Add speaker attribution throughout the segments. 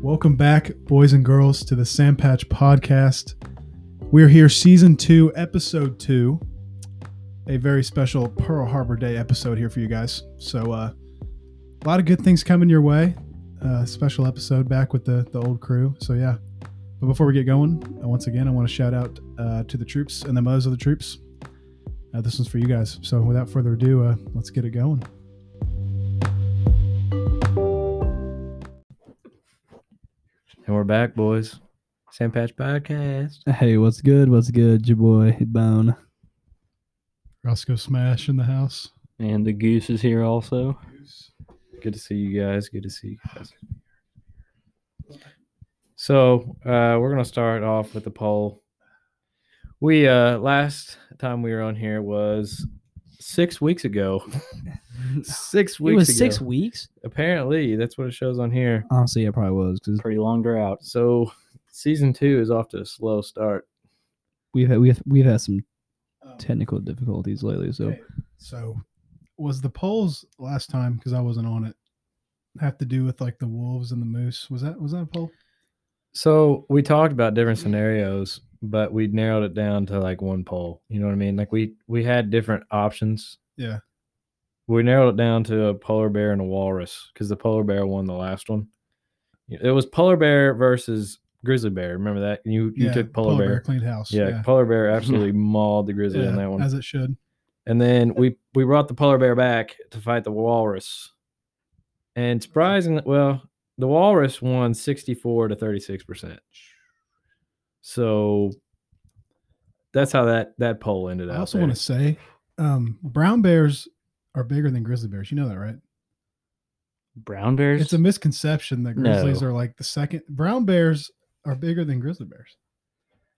Speaker 1: Welcome back, boys and girls, to the Sam Patch Podcast. We're here, season two, episode two. A very special Pearl Harbor Day episode here for you guys. So, uh, a lot of good things coming your way. Uh, special episode back with the, the old crew. So, yeah. But before we get going, uh, once again, I want to shout out uh, to the troops and the mothers of the troops. Uh, this one's for you guys. So, without further ado, uh, let's get it going.
Speaker 2: And we're back, boys. Sam Patch Podcast.
Speaker 3: Hey, what's good? What's good? Your boy Bone.
Speaker 1: Roscoe Smash in the house.
Speaker 2: And the goose is here also. Good to see you guys. Good to see you guys. So uh, we're gonna start off with the poll. We uh last time we were on here was six weeks ago. six weeks
Speaker 3: it was
Speaker 2: ago.
Speaker 3: six weeks.
Speaker 2: Apparently, that's what it shows on here.
Speaker 3: Honestly, it probably was because
Speaker 2: Pretty long drought. So season two is off to a slow start.
Speaker 3: we've had, we've we've had some Um, technical difficulties lately. So
Speaker 1: Okay. So, was the polls last time because I wasn't on it have to do with like the wolves and the moose? Was that was that a poll?
Speaker 2: So we talked about different scenarios, but we narrowed it down to like one poll. You know what I mean? Like we we had different options.
Speaker 1: Yeah.
Speaker 2: We narrowed it down to a polar bear and a walrus because the polar bear won the last one. It was polar bear versus grizzly bear. Remember that? You you
Speaker 1: Yeah,
Speaker 2: took polar, bear.
Speaker 1: cleaned house.
Speaker 2: Yeah, polar bear absolutely mauled the grizzly in
Speaker 1: Yeah,
Speaker 2: that one.
Speaker 1: as it should.
Speaker 2: And then we we brought the polar bear back to fight the walrus. And surprising, well, the walrus won 64 to 36%. So that's how that that poll ended up.
Speaker 1: I also want to say, um, brown bears are bigger than grizzly bears. You know that, right?
Speaker 4: Brown bears?
Speaker 1: It's a misconception that grizzlies
Speaker 4: No.
Speaker 1: are like the second. Brown bears are bigger than grizzly bears,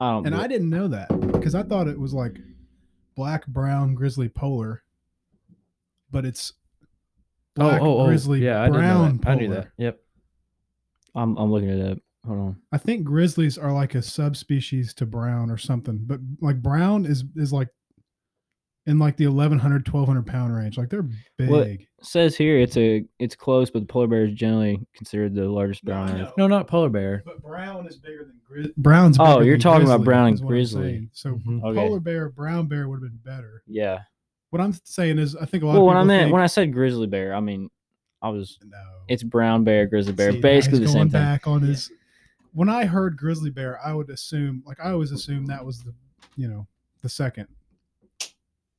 Speaker 4: I don't
Speaker 1: and
Speaker 4: bel-
Speaker 1: I didn't know that because I thought it was like black, brown, grizzly, polar, but it's black, grizzly,
Speaker 2: Oh, yeah, I didn't know
Speaker 1: brown,
Speaker 2: that. I knew
Speaker 1: polar.
Speaker 2: that. Yep.
Speaker 4: I'm, I'm looking it up. Hold on.
Speaker 1: I think grizzlies are like a subspecies to brown or something, but like brown is is like in like the 1100 1200 pound range like they're big
Speaker 4: What- It says here it's a it's close, but the polar bear is generally considered the largest
Speaker 1: No, I
Speaker 4: brown on
Speaker 1: know.
Speaker 4: earth.
Speaker 2: No, not polar bear.
Speaker 1: but brown is bigger than grizzly brown's
Speaker 4: Oh,
Speaker 1: bigger
Speaker 4: you're
Speaker 1: than
Speaker 4: talking about
Speaker 1: grizzly,
Speaker 4: brown and
Speaker 1: is what I'm
Speaker 4: grizzly.
Speaker 1: saying. so uh,
Speaker 2: Mhm.
Speaker 4: Okay.
Speaker 1: polar bear brown bear would have been better
Speaker 4: Yeah.
Speaker 1: what i'm saying is i think a lot
Speaker 4: Well,
Speaker 1: of
Speaker 4: when I
Speaker 1: people
Speaker 4: meant
Speaker 1: think,
Speaker 4: when I said grizzly bear, I mean I was
Speaker 1: no.
Speaker 4: it's brown bear, grizzly bear,
Speaker 1: See, now
Speaker 4: basically the
Speaker 1: he's
Speaker 4: same
Speaker 1: going
Speaker 4: thing.
Speaker 1: back on
Speaker 4: Yeah.
Speaker 1: his when i heard grizzly bear i would assume like i always assume that was the you know the second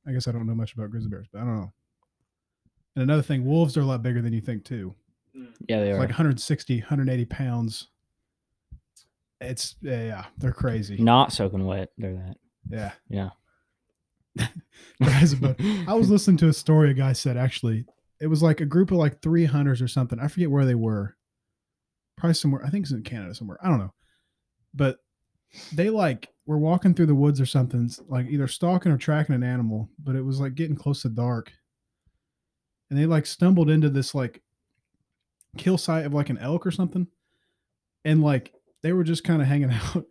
Speaker 1: i guess i don't know much about grizzly bears but i don't know and another thing wolves are a lot bigger than you think too
Speaker 4: Yeah, they
Speaker 1: it's
Speaker 4: are.
Speaker 1: like 160 180 pounds it's yeah, yeah they're crazy
Speaker 4: Not soaking wet. They're that.
Speaker 1: yeah
Speaker 4: Yeah.
Speaker 1: Guys, but I was listening to a story a guy said actually. It was like a group of like three hunters or something. I forget where they were. Probably somewhere. I think it's in Canada somewhere. I don't know. But they like were walking through the woods or something, s- like either stalking or tracking an animal. But it was like getting close to dark, and they like stumbled into this like kill site of like an elk or something, and like they were just kind of hanging out.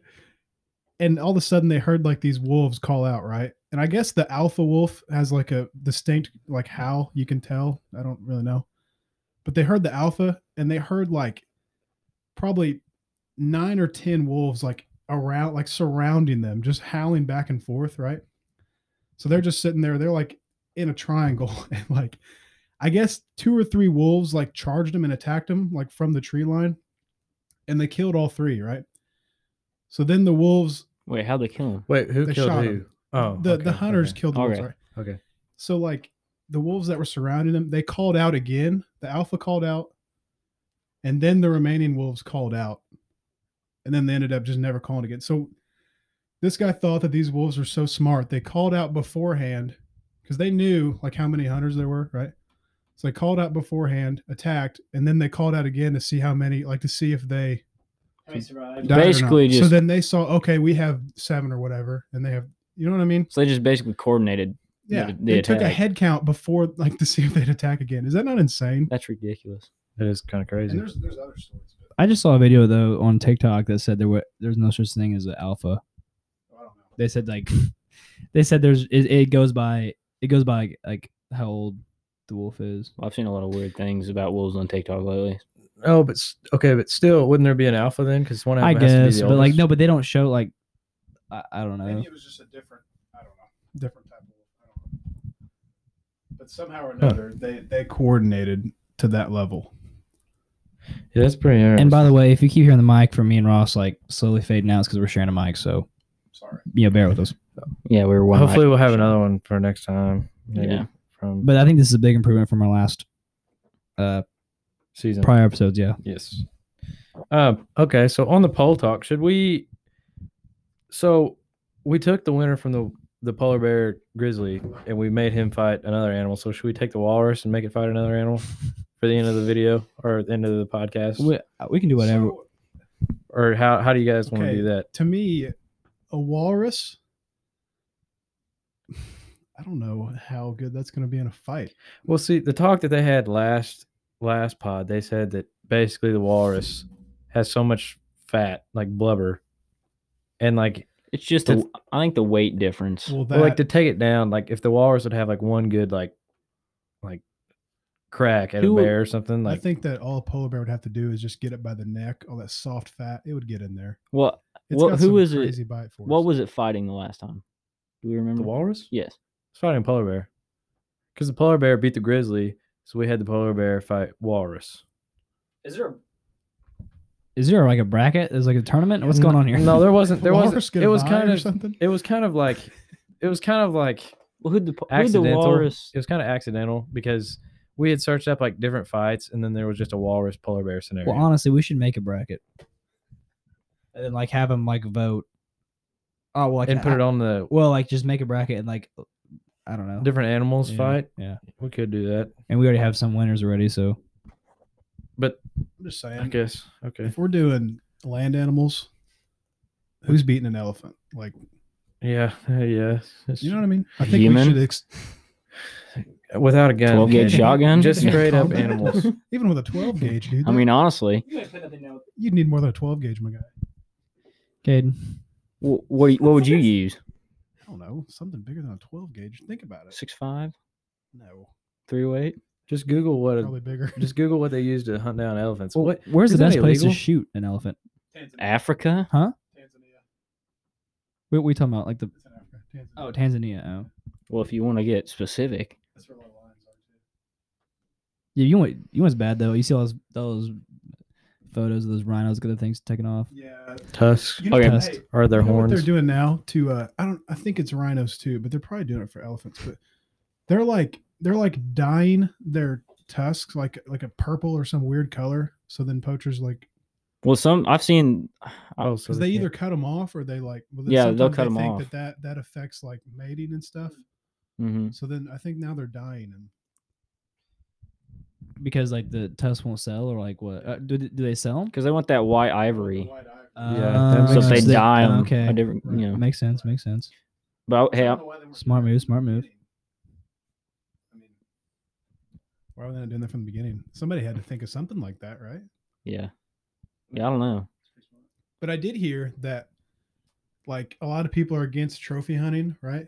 Speaker 1: And all of a sudden, they heard like these wolves call out, right? And I guess the alpha wolf has like a distinct like howl you can tell. I don't really know, but they heard the alpha, and they heard like probably nine or ten wolves like around like surrounding them just howling back and forth right so they're just sitting there they're like in a triangle and like i guess two or three wolves like charged them and attacked them like from the tree line and they killed all three right so then the wolves
Speaker 4: Wait, how'd they kill him?
Speaker 2: Wait, who
Speaker 1: They
Speaker 2: killed
Speaker 1: shot
Speaker 2: who?
Speaker 1: him.
Speaker 2: Oh,
Speaker 1: the,
Speaker 2: okay,
Speaker 1: the hunters
Speaker 2: okay.
Speaker 1: killed the wolves
Speaker 4: Okay.
Speaker 1: right
Speaker 2: Okay.
Speaker 1: so like the wolves that were surrounding them they called out again the alpha called out and then the remaining wolves called out and then they ended up just never calling again so this guy thought that these wolves were so smart they called out beforehand because they knew like how many hunters there were right so they called out beforehand attacked and then they called out again to see how many like to see if they died or not.
Speaker 4: Basically
Speaker 1: so
Speaker 4: just-
Speaker 1: then they saw okay we have seven or whatever and they have you know what i mean
Speaker 4: So they just basically coordinated. the-
Speaker 1: yeah,
Speaker 4: the
Speaker 1: they took a
Speaker 4: attack.
Speaker 1: head count before, like, to see if they'd attack again. Is that not insane?
Speaker 4: That's ridiculous.
Speaker 2: That is kind
Speaker 1: And
Speaker 2: of crazy.
Speaker 1: there's there's other stories, but
Speaker 3: I just saw a video though on TikTok that said there were there's no such thing as an alpha.
Speaker 1: I don't know.
Speaker 3: They said like they said there's it, it goes by it goes by like, how old the wolf is.
Speaker 4: Well, I've seen a lot of weird things about wolves on TikTok lately.
Speaker 2: No, Oh, but s- okay, but still, wouldn't there be an alpha then? Because one of them
Speaker 3: I
Speaker 2: has to be the
Speaker 3: guess, but like
Speaker 2: oldest.
Speaker 3: no, but they don't show like I, I don't know.
Speaker 1: Maybe it was just a different, I don't know, different type of. I don't know. But somehow or another, they they coordinated to that level.
Speaker 2: Yeah, that's pretty interesting.
Speaker 3: And by the way, if you keep hearing the mic from me and Ross like slowly fading out, it's because we're sharing a mic. So
Speaker 1: Sorry.
Speaker 3: you know, bear with us.
Speaker 4: Yeah, we were one.
Speaker 2: hopefully we'll have another one for next time. Maybe
Speaker 4: Yeah.
Speaker 2: from
Speaker 3: But I think this is a big improvement from our last uh
Speaker 2: season.
Speaker 3: prior episodes. Yeah,
Speaker 2: Yes. Uh, okay, so on the poll talk, should we? So we took the winner from the the polar bear grizzly, and we made him fight another animal. So should we take the walrus and make it fight another animal for the end of the video or the end of the podcast?
Speaker 3: we, uh, we can do whatever.
Speaker 1: So,
Speaker 2: or how how do you guys want to
Speaker 1: Okay.
Speaker 2: do that?
Speaker 1: to me, a walrus. I don't know how good that's going to be in a fight.
Speaker 2: Well, see, the talk that they had last last pod, they said that basically the walrus has so much fat, like blubber, and like
Speaker 4: It's just the, I think the weight difference.
Speaker 1: Well, that
Speaker 2: Well, like to take it down, like if the walrus would have like one good like like crack at
Speaker 4: Who-
Speaker 2: a bear or something,
Speaker 1: I
Speaker 2: like
Speaker 1: think that all a polar bear would have to do is just get it by the neck, all that soft fat. It would get in there.
Speaker 4: Well,
Speaker 1: It's
Speaker 4: What-
Speaker 1: got
Speaker 4: who
Speaker 1: some
Speaker 4: is it-
Speaker 1: crazy bite force.
Speaker 4: what was it fighting the last time? Do we remember?
Speaker 2: the walrus.
Speaker 4: Yes.
Speaker 2: It's fighting a polar bear because the polar bear beat the grizzly, so we had the polar bear fight walrus.
Speaker 4: Is there?
Speaker 3: Is there like a bracket? Is like a tournament? What's going on here?
Speaker 2: No, there wasn't. There
Speaker 1: walrus
Speaker 2: wasn't.
Speaker 1: get
Speaker 2: It
Speaker 1: a
Speaker 2: was
Speaker 1: bite
Speaker 2: kind
Speaker 1: or
Speaker 2: of.
Speaker 1: something.
Speaker 2: It was kind of like. It was kind of like
Speaker 4: Well, who'd the po- who'd the
Speaker 2: accidental.
Speaker 4: walrus?
Speaker 2: It was kind of accidental because we had searched up like different fights, and then there was just a walrus polar bear scenario.
Speaker 3: Well, honestly, we should make a bracket and then like have them like vote. Oh well, like,
Speaker 2: and put it on the
Speaker 3: Well, like just make a bracket and like I don't know.
Speaker 2: different animals
Speaker 3: Yeah,
Speaker 2: fight.
Speaker 3: Yeah,
Speaker 2: We could do that,
Speaker 3: and we already have some winners already. So
Speaker 2: but
Speaker 1: I'm just
Speaker 2: I
Speaker 1: saying.
Speaker 2: guess okay.
Speaker 1: If we're doing land animals, who's beating an elephant? Like,
Speaker 2: Yeah, yeah. it's-
Speaker 1: you know what I mean? I think
Speaker 4: Human?
Speaker 1: we should, ex-
Speaker 2: without a gun.
Speaker 4: 12 gauge
Speaker 2: yeah.
Speaker 4: shotgun.
Speaker 2: Just straight up
Speaker 1: Combat.
Speaker 2: animals.
Speaker 1: even with a 12 gauge, dude.
Speaker 4: I mean, honestly,
Speaker 1: you'd need more than a 12 gauge, my guy.
Speaker 3: Caden,
Speaker 4: wh- what do you- what would you use?
Speaker 1: I don't know, something bigger than a 12 gauge. Think about it.
Speaker 4: Six five,
Speaker 1: No,
Speaker 4: three oh weight.
Speaker 2: Just Google what.
Speaker 1: probably bigger.
Speaker 2: Just Google what they use to hunt down elephants.
Speaker 3: Well,
Speaker 2: what?
Speaker 3: where's the
Speaker 2: is that
Speaker 3: best place to
Speaker 2: illegal?
Speaker 3: shoot an elephant?
Speaker 4: Africa.
Speaker 1: Tanzania.
Speaker 3: What are we talking about? Like the
Speaker 1: It's in Africa. Tanzania.
Speaker 3: oh Tanzania. Oh,
Speaker 4: Well, if you want to get specific,
Speaker 1: That's where a lot of lions are too.
Speaker 3: yeah. You want you want's bad though. You see all those those photos of those rhinos, got the things taken off.
Speaker 1: Yeah.
Speaker 2: Tusks
Speaker 1: You know,
Speaker 4: Okay.
Speaker 1: hey,
Speaker 2: or their
Speaker 1: you know what
Speaker 2: horns.
Speaker 1: they're doing now to uh, I don't I think it's rhinos too, but they're probably doing it for elephants. But they're like they're like dyeing their tusks like like a purple or some weird color. So then poachers like
Speaker 4: well, some I've seen.
Speaker 2: oh, so
Speaker 1: because they
Speaker 2: can't-
Speaker 1: either cut them off or they like well, then
Speaker 4: Yeah, they'll
Speaker 1: sometimes
Speaker 4: cut
Speaker 1: they
Speaker 4: 'em
Speaker 1: think That,
Speaker 4: off.
Speaker 1: that that affects like mating and stuff.
Speaker 4: hmm
Speaker 1: So then I think now they're dying and
Speaker 3: because like the tusks won't sell or like what? Uh, do, do they sell them?
Speaker 4: Because they want that white ivory.
Speaker 1: Wide eye.
Speaker 3: Uh, Um,
Speaker 2: Yeah, that
Speaker 4: So if they
Speaker 2: makes-
Speaker 4: dye them,
Speaker 3: Oh, Okay,
Speaker 4: a different, you know.
Speaker 3: makes sense. Makes sense.
Speaker 4: But I-
Speaker 1: I
Speaker 4: hey,
Speaker 1: don't
Speaker 4: I-
Speaker 1: know why they weren't doing
Speaker 3: Smart
Speaker 1: that
Speaker 3: move,
Speaker 1: from the
Speaker 3: smart move.
Speaker 1: beginning. I mean, why were they not doing that from the beginning? Somebody had to think of something like that, right?
Speaker 4: yeah, yeah, I don't know.
Speaker 1: But I did hear that, like, a lot of people are against trophy hunting, right?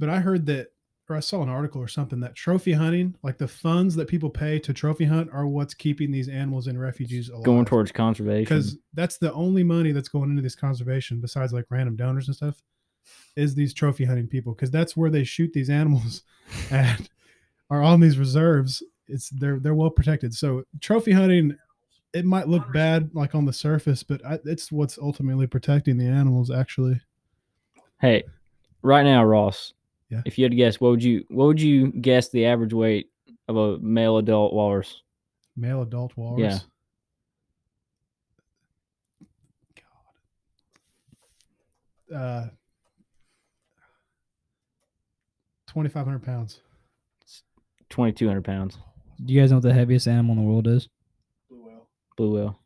Speaker 1: But I heard that, or I saw an article or something that trophy hunting, like the funds that people pay to trophy hunt, are what's keeping these animals and refugees alive.
Speaker 4: Going towards conservation.
Speaker 1: because that's the only money that's going into this conservation besides like random donors and stuff is these trophy hunting people because that's where they shoot these animals and are on these reserves it's they're they're well protected so trophy hunting it might look bad like on the surface but I, it's what's ultimately protecting the animals actually
Speaker 4: Hey, right now, Ross.
Speaker 1: Yeah.
Speaker 4: If you had to guess, what would you what would you guess the average weight of a male adult walrus?
Speaker 1: male adult walrus
Speaker 4: Yeah.
Speaker 1: God. Uh, 2,500 pounds.
Speaker 4: Twenty two hundred pounds.
Speaker 3: Do you guys know what the heaviest animal in the world is?
Speaker 1: Blue whale.
Speaker 4: Blue whale.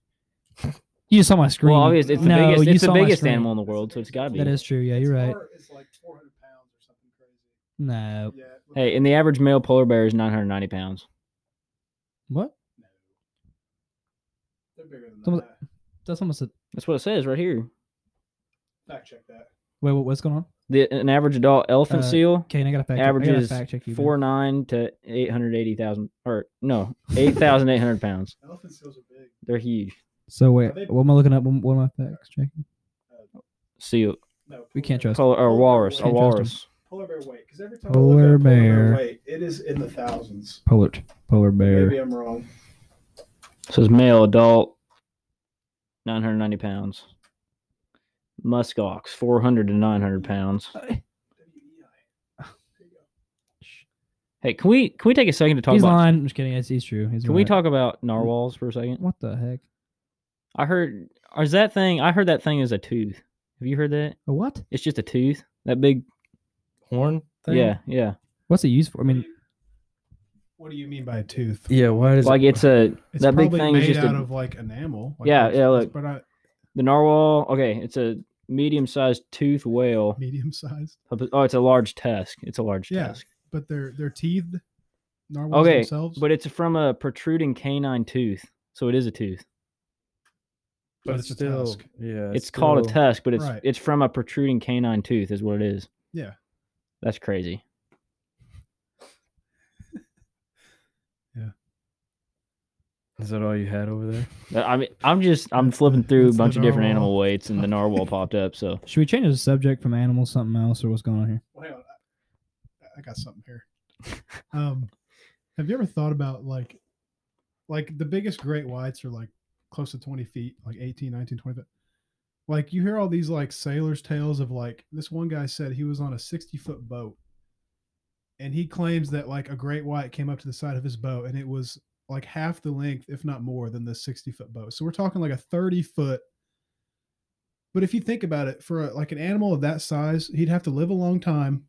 Speaker 3: You just saw my screen.
Speaker 4: Well, obviously, it's the
Speaker 3: No,
Speaker 4: biggest.
Speaker 3: you
Speaker 4: It's the
Speaker 3: saw my
Speaker 4: biggest
Speaker 3: screen.
Speaker 4: animal in the world, so it's got to be.
Speaker 3: That is true. Yeah, you're right.
Speaker 1: It's like 400 pounds or something crazy.
Speaker 3: No.
Speaker 1: Yeah. it looks-
Speaker 4: Hey, and the average male polar bear is nine hundred ninety pounds.
Speaker 3: What?
Speaker 1: They're bigger than
Speaker 3: Some of
Speaker 1: that.
Speaker 3: That's almost a.
Speaker 4: That's what it says right here.
Speaker 1: Fact check that.
Speaker 3: Wait, what, what's going on?
Speaker 4: The an average adult elephant
Speaker 3: Uh,
Speaker 4: seal
Speaker 3: Kane, I got to fact check. I gotta
Speaker 4: averages
Speaker 3: fact check you. dude.
Speaker 4: four nine to eight hundred eighty thousand, or no, eight thousand eight hundred pounds.
Speaker 1: Elephant seals are big.
Speaker 4: They're huge.
Speaker 3: So wait,
Speaker 1: they-
Speaker 3: what am I looking up? What am I facts checking?
Speaker 4: Seal,
Speaker 1: No,
Speaker 3: We can't trust.
Speaker 4: polar, or walrus, a
Speaker 3: Can't trust 'em.
Speaker 4: walrus.
Speaker 1: polar bear weight because every time I look up
Speaker 3: Polar
Speaker 1: polar
Speaker 3: bear.
Speaker 1: bear weight, it is in the thousands.
Speaker 3: Polar polar
Speaker 1: Maybe
Speaker 3: bear.
Speaker 1: I'm wrong.
Speaker 4: So it's male adult, 990 pounds. Musk ox, 400 to 900 pounds. Hey, can we can we take a second to talk
Speaker 3: He's
Speaker 4: about?
Speaker 3: lying. I'm just kidding. It's, he's true. He's
Speaker 4: Can we
Speaker 3: right.
Speaker 4: talk about narwhals for a second?
Speaker 3: What the heck?
Speaker 4: I heard or is that thing? I heard that thing is a tooth. Have you heard that?
Speaker 3: A what?
Speaker 4: It's just a tooth. That big.
Speaker 2: Horn thing?
Speaker 4: Yeah, yeah.
Speaker 3: What's it used for? I mean,
Speaker 1: What do you mean by a tooth?
Speaker 2: Yeah. Why does
Speaker 4: Like
Speaker 2: it,
Speaker 4: it's a
Speaker 1: It's
Speaker 4: That big
Speaker 1: probably
Speaker 4: thing is
Speaker 1: made
Speaker 4: just a-
Speaker 1: out of like enamel. like
Speaker 4: Yeah,
Speaker 1: those
Speaker 4: yeah,
Speaker 1: things,
Speaker 4: look.
Speaker 1: but
Speaker 3: uh,
Speaker 1: I,
Speaker 4: the narwhal. Okay, it's a medium-sized tooth whale.
Speaker 1: medium sized.
Speaker 4: Oh, it's a large tusk. It's a large
Speaker 1: Yeah.
Speaker 4: tusk.
Speaker 1: But they're they're teethed. Narwhals
Speaker 4: Okay,
Speaker 1: themselves.
Speaker 4: But it's from a protruding canine tooth, so it is a tooth.
Speaker 2: but
Speaker 1: it's
Speaker 2: it's
Speaker 1: a
Speaker 2: still
Speaker 1: tusk.
Speaker 2: yeah.
Speaker 4: It's, called a
Speaker 2: still-
Speaker 4: tusk, but it's
Speaker 1: Right.
Speaker 4: it's from a protruding canine tooth, is what it is.
Speaker 1: Yeah.
Speaker 4: That's crazy.
Speaker 2: Is that all you had over there?
Speaker 4: That- I mean, I'm just I'm
Speaker 1: That's the-
Speaker 4: flipping through a
Speaker 1: that's the
Speaker 4: bunch of different
Speaker 1: narwhal.
Speaker 4: animal weights, and the narwhal popped up. So
Speaker 3: should we change the subject from animals to something else, or what's going on here?
Speaker 1: Well, hang on. I, I got something here. Um, have you ever thought about like, like the biggest great whites are like close to 20 feet, like 18, 19, 20 feet. Like you hear all these like sailors' tales of like this one guy said he was on a 60 foot boat and he claims that like a great white came up to the side of his boat and it was like half the length, if not more, than this 60 foot boat. So we're talking like a 30 foot but if you think about it, for a, like an animal of that size, he'd have to live a long time.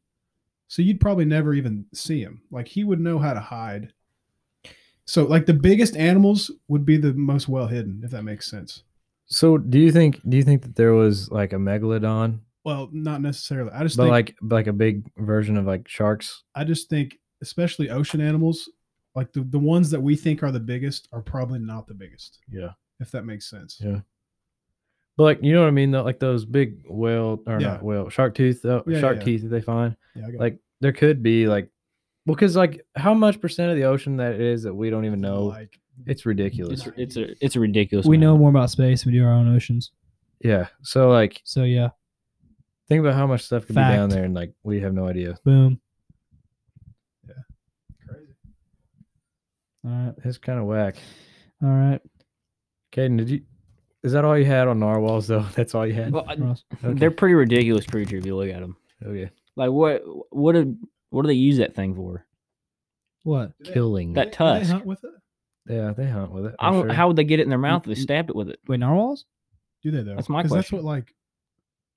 Speaker 1: So you'd probably never even see him. Like he would know how to hide. So like the biggest animals would be the most well hidden, if that makes sense.
Speaker 2: So do you think do you think that there was like a megalodon,
Speaker 1: Well, not necessarily. I just
Speaker 2: but
Speaker 1: think
Speaker 2: like like a big version of like sharks?
Speaker 1: I just think especially ocean animals, like the, the ones that we think are the biggest are probably not the biggest,
Speaker 2: Yeah.
Speaker 1: if that makes sense.
Speaker 2: Yeah. But like you know what I mean though, like those big whale or
Speaker 1: Yeah.
Speaker 2: not whale shark tooth uh,
Speaker 1: Yeah, yeah,
Speaker 2: shark
Speaker 1: yeah.
Speaker 2: teeth that they find.
Speaker 1: Yeah, I got
Speaker 2: Like there could be like well, because like how much percent of the ocean that it is that we don't even know?
Speaker 1: like
Speaker 2: it's ridiculous.
Speaker 4: it's it's a it's a ridiculous.
Speaker 3: We
Speaker 4: amount.
Speaker 3: know more about space. than We do our own oceans.
Speaker 2: Yeah. So like
Speaker 3: So yeah,
Speaker 2: think about how much stuff could be down
Speaker 3: Fact.
Speaker 2: there and like we have no idea.
Speaker 3: boom.
Speaker 1: crazy.
Speaker 3: All right,
Speaker 2: It's kind of whack.
Speaker 3: all right.
Speaker 2: Caden, did you is that all you had on narwhals though? That's all you had?
Speaker 4: Well, I-
Speaker 3: Ross.
Speaker 2: Okay.
Speaker 4: They're pretty ridiculous creature if you look at them.
Speaker 2: okay.
Speaker 4: Like what what do what do they use that thing for?
Speaker 3: What?
Speaker 1: Do they-
Speaker 2: Killing.
Speaker 1: do
Speaker 4: That
Speaker 1: they- do they
Speaker 4: tusk.
Speaker 1: hunt with it?
Speaker 2: yeah, they hunt with it.
Speaker 4: I
Speaker 2: I'm
Speaker 4: don't.
Speaker 2: sure.
Speaker 4: How would they get it in their mouth? if They
Speaker 3: Mm, mm.
Speaker 4: stabbed it with it.
Speaker 3: Wait, narwhals?
Speaker 1: Do they though?
Speaker 4: That's my
Speaker 1: 'Cause That's what
Speaker 4: question.
Speaker 1: like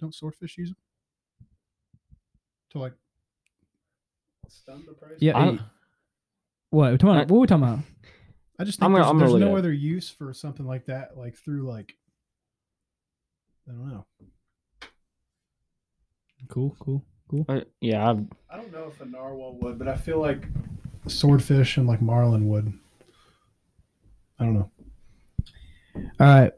Speaker 1: don't swordfish use them to like stun the prey.
Speaker 3: Yeah.
Speaker 4: I-
Speaker 3: hey, What? We're talking about,
Speaker 4: I-
Speaker 3: what are we talking about?
Speaker 1: I just think
Speaker 4: I'm gonna-
Speaker 1: there's,
Speaker 4: I'm gonna
Speaker 1: there's
Speaker 4: look it
Speaker 1: no
Speaker 4: up.
Speaker 1: other use for something like that, like through like I don't know.
Speaker 3: Cool, cool, cool.
Speaker 4: Uh, yeah, I've,
Speaker 1: I don't know if a narwhal would, but I feel like swordfish and like marlin would. I don't know.
Speaker 3: All right.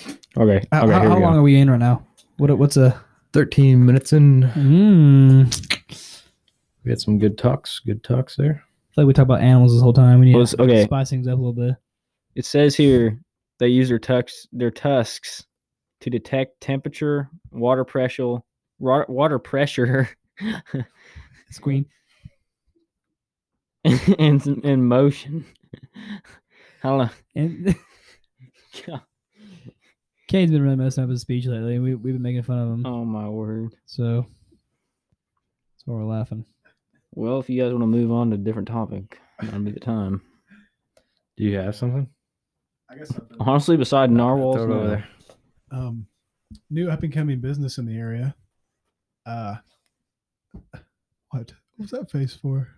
Speaker 4: okay.
Speaker 3: Uh, How,
Speaker 4: okay,
Speaker 3: how-
Speaker 4: here
Speaker 3: how
Speaker 4: we go.
Speaker 3: long are we in right now? What? What's a?
Speaker 2: Thirteen minutes in.
Speaker 3: Mm, I
Speaker 2: We had some good talks. Good talks there.
Speaker 3: feel like we talked about animals this whole time. We need
Speaker 4: Well,
Speaker 3: to
Speaker 4: it's- okay.
Speaker 3: spice things up a little bit.
Speaker 4: It says here they use their tusks, their tusks, to detect temperature, water pressure, wa- water pressure,
Speaker 3: Squeen.
Speaker 4: and s- and motion. I don't know.
Speaker 3: And
Speaker 4: God,
Speaker 3: Kane's been really messing up his speech lately. We we've been making fun of him.
Speaker 4: Oh my word.
Speaker 3: So that's why we're laughing.
Speaker 4: Well, if you guys want to move on to a different topic, that'll be the time.
Speaker 2: Do you have something?
Speaker 1: I guess something.
Speaker 4: Honestly, beside narwhals, uh,
Speaker 2: Throw it over
Speaker 4: no.
Speaker 2: there.
Speaker 1: Um, new up and coming business in the area. Uh, what? What's that face for?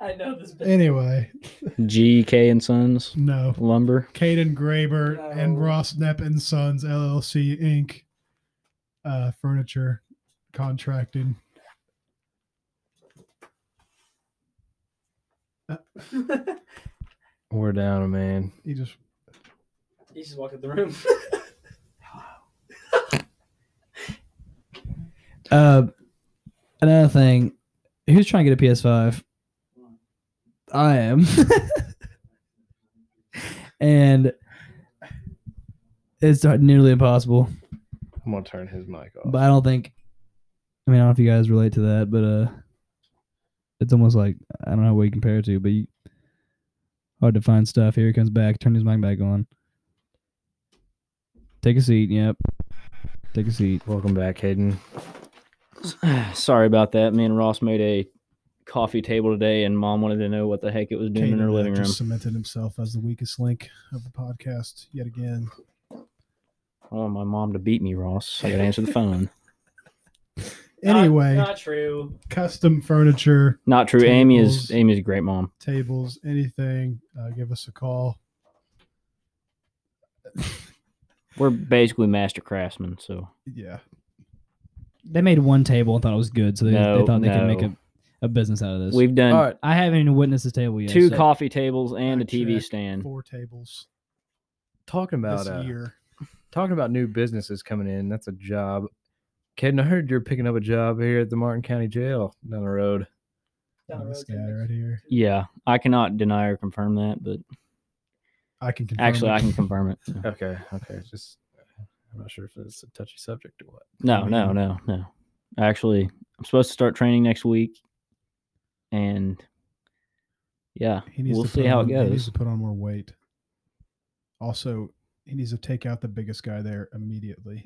Speaker 3: I know this.
Speaker 1: Anyway,
Speaker 4: GK and Sons
Speaker 1: no.
Speaker 4: Lumber.
Speaker 1: Caden Graber and
Speaker 3: No.
Speaker 1: Ross Knapp and Sons LLC Inc. Uh, furniture contracting.
Speaker 2: We're down, man.
Speaker 1: He just
Speaker 3: He just walked in the room. uh, another thing, who's trying to get a PS5? I am. and It's not nearly impossible.
Speaker 2: I'm gonna turn his mic off.
Speaker 3: But I don't think. I mean, I don't know if you guys relate to that, but uh, it's almost like I don't know what you compare it to, but you, hard to find stuff. Here he comes back. Turn his mic back on. Take a seat. Yep. Take a seat.
Speaker 2: Welcome back, Hayden.
Speaker 4: Sorry about that. Me and Ross made a coffee table today, and Mom wanted to know what the heck it was doing in
Speaker 1: Kanan,
Speaker 4: her
Speaker 1: uh,
Speaker 4: living room.
Speaker 1: just cemented himself as the weakest link of the podcast yet again.
Speaker 4: I want my mom to beat me, Ross. I gotta answer the phone.
Speaker 1: Anyway,
Speaker 4: true.
Speaker 1: custom furniture,
Speaker 4: Not true. Amy is
Speaker 1: Tables.
Speaker 4: Amy's a great mom.
Speaker 1: tables, anything, uh, give us a call.
Speaker 4: We're basically master craftsmen, so
Speaker 1: Yeah.
Speaker 3: They made one table and thought it was good, so they, they
Speaker 4: No,
Speaker 3: thought they could make a,
Speaker 4: no.
Speaker 3: a business out of this.
Speaker 4: we've done
Speaker 2: All right.
Speaker 3: I haven't even witnessed this table yet.
Speaker 4: two
Speaker 3: so-
Speaker 4: coffee tables and a TV
Speaker 1: Backtrack,
Speaker 4: stand.
Speaker 1: Four tables
Speaker 2: Talking about
Speaker 1: this
Speaker 2: uh,
Speaker 1: year.
Speaker 2: talking about new businesses coming in. That's a job. Caden, I heard you're picking up a job here at the Martin County Jail down the road.
Speaker 1: Oh, this guy right here.
Speaker 4: Yeah, I cannot deny or confirm that, but
Speaker 1: I can confirm
Speaker 4: actually,
Speaker 1: it.
Speaker 4: I can confirm it. so.
Speaker 2: Okay, okay. Just I'm not sure if it's a touchy subject or what.
Speaker 4: No, no, no, no. Actually, I'm supposed to start training next week, and yeah,
Speaker 1: He needs
Speaker 4: we'll
Speaker 1: to
Speaker 4: see
Speaker 1: put
Speaker 4: how
Speaker 1: on-
Speaker 4: it
Speaker 1: He needs to
Speaker 4: goes.
Speaker 1: put on more weight. Also, he needs to take out the biggest guy there immediately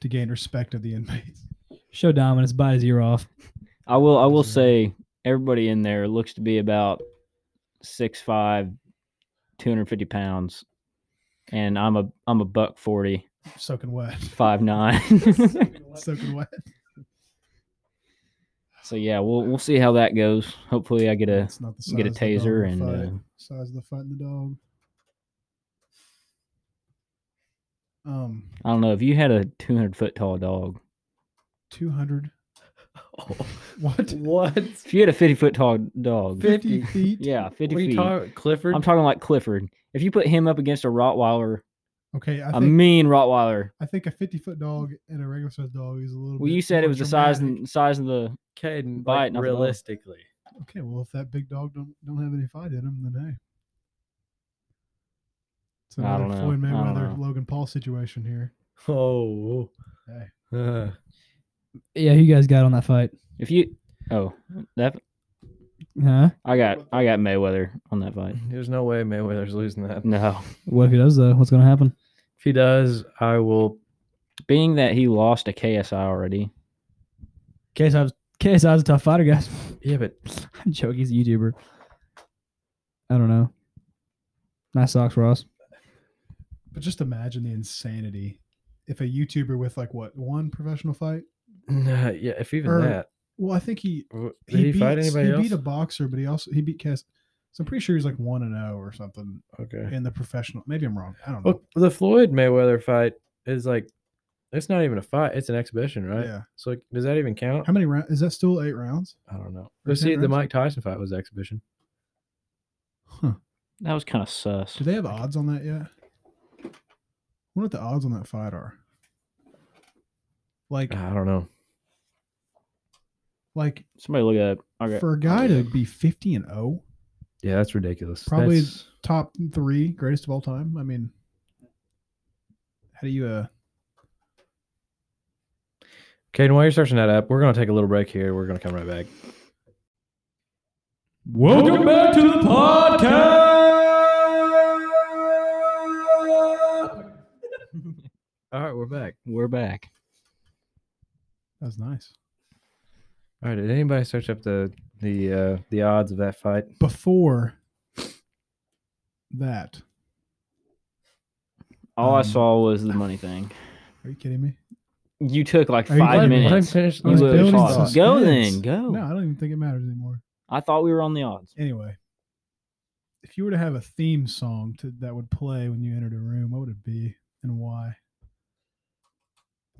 Speaker 1: to gain respect of the inmates.
Speaker 3: Show dominance, bite his ear off.
Speaker 4: I will. I will
Speaker 1: So-
Speaker 4: say everybody in there looks to be about six five, two hundred fifty pounds, and I'm a I'm a buck forty,
Speaker 1: Soaking wet.
Speaker 4: five nine.
Speaker 1: Soaking wet.
Speaker 4: so yeah, we'll we'll see how that goes. Hopefully, I get a
Speaker 1: It's not the
Speaker 4: get a
Speaker 1: size of the dog
Speaker 4: taser
Speaker 1: in the
Speaker 4: and, uh,
Speaker 1: fight. size of the fight and the dog. Um,
Speaker 4: I don't know if you had a two hundred foot tall dog.
Speaker 1: two hundred.
Speaker 2: Oh,
Speaker 1: What?
Speaker 2: what?
Speaker 4: If you had a fifty foot tall dog,
Speaker 2: 50
Speaker 1: feet.
Speaker 4: yeah, fifty
Speaker 2: What are you
Speaker 4: feet.
Speaker 2: talking Clifford?
Speaker 4: I'm talking like Clifford. If you put him up against a Rottweiler,
Speaker 1: Okay, I
Speaker 4: a
Speaker 1: think
Speaker 4: mean Rottweiler.
Speaker 1: I think a fifty foot dog and a regular sized dog is a little.
Speaker 4: Well,
Speaker 1: bit
Speaker 4: you said it
Speaker 1: more
Speaker 4: was the size
Speaker 1: dramatic.
Speaker 4: and size of the.
Speaker 2: Caden,
Speaker 4: Bite,
Speaker 2: like,
Speaker 4: not the dog.
Speaker 2: realistically.
Speaker 1: Okay, well, if that big dog don't don't have any fight in him, then hey. It's
Speaker 4: I
Speaker 1: another
Speaker 4: don't know.
Speaker 1: Floyd
Speaker 4: I don't
Speaker 1: Mayweather,
Speaker 4: know.
Speaker 1: Logan Paul situation here.
Speaker 2: Oh.
Speaker 1: Hey.
Speaker 2: Uh,
Speaker 3: Yeah, who you guys got on that fight?
Speaker 4: If you, oh, that
Speaker 3: Huh?
Speaker 4: I got, I got Mayweather on that fight.
Speaker 2: there's no way Mayweather's losing that.
Speaker 4: No,
Speaker 3: What if he does though? What's gonna happen?
Speaker 2: If he does, I will.
Speaker 4: being that he lost to KSI already.
Speaker 3: KSI's KSI's a tough fighter, guys.
Speaker 2: Yeah, but
Speaker 3: I'm joking. He's a YouTuber. I don't know. Nice socks, Ross.
Speaker 1: But just imagine the insanity if a YouTuber with like what one professional fight.
Speaker 2: nah, yeah, if even
Speaker 1: Or-
Speaker 2: that.
Speaker 1: Well, I think he
Speaker 2: w- Did
Speaker 1: he,
Speaker 2: he, fight
Speaker 1: beat,
Speaker 2: anybody
Speaker 1: he
Speaker 2: else?
Speaker 1: beat a boxer, but he also he beat Cass. So I'm pretty sure he's like one and zero or something
Speaker 2: okay.
Speaker 1: in the professional. Maybe I'm wrong. I don't know.
Speaker 2: Well, the Floyd Mayweather fight is like, it's not even a fight. It's an exhibition, right?
Speaker 1: Yeah.
Speaker 2: So like, does that even count?
Speaker 1: How many rounds? Is that still eight rounds?
Speaker 2: I don't know.
Speaker 1: Or
Speaker 2: But see, the
Speaker 1: Terrence?
Speaker 2: Mike Tyson fight was exhibition.
Speaker 1: Huh.
Speaker 4: That was kind of sus.
Speaker 1: Do they have odds on that yet? I wonder what the odds on that fight are. Like,
Speaker 2: I don't know.
Speaker 1: like
Speaker 4: Somebody look it up. Okay.
Speaker 1: for a guy to be 50 and 0,
Speaker 2: Yeah, that's ridiculous.
Speaker 1: Probably-
Speaker 2: That's-
Speaker 1: top three, greatest of all time. I mean, how do you, uh,
Speaker 2: Caden, while you're searching that up, we're gonna take a little break here. We're gonna come right back.
Speaker 3: Welcome back to the podcast.
Speaker 2: All right, we're back.
Speaker 4: We're back.
Speaker 1: that was nice.
Speaker 2: All right, did anybody search up the the uh, the odds of that fight?
Speaker 1: Before that,
Speaker 4: All I
Speaker 1: Um,
Speaker 4: saw was the money thing.
Speaker 1: are you kidding me?
Speaker 4: You took like
Speaker 1: Are you
Speaker 4: five
Speaker 1: glad-
Speaker 2: Let him- Let him
Speaker 4: minutes.
Speaker 2: finish.
Speaker 1: I
Speaker 4: You
Speaker 1: was
Speaker 2: let him
Speaker 4: literally
Speaker 1: building
Speaker 2: talk.
Speaker 4: thought, go then,
Speaker 1: suspense.
Speaker 4: go.
Speaker 1: No, I don't even think it matters anymore.
Speaker 4: I thought we were on the odds.
Speaker 1: Anyway, if you were to have a theme song to, that would play when you entered a room, what would it be and why?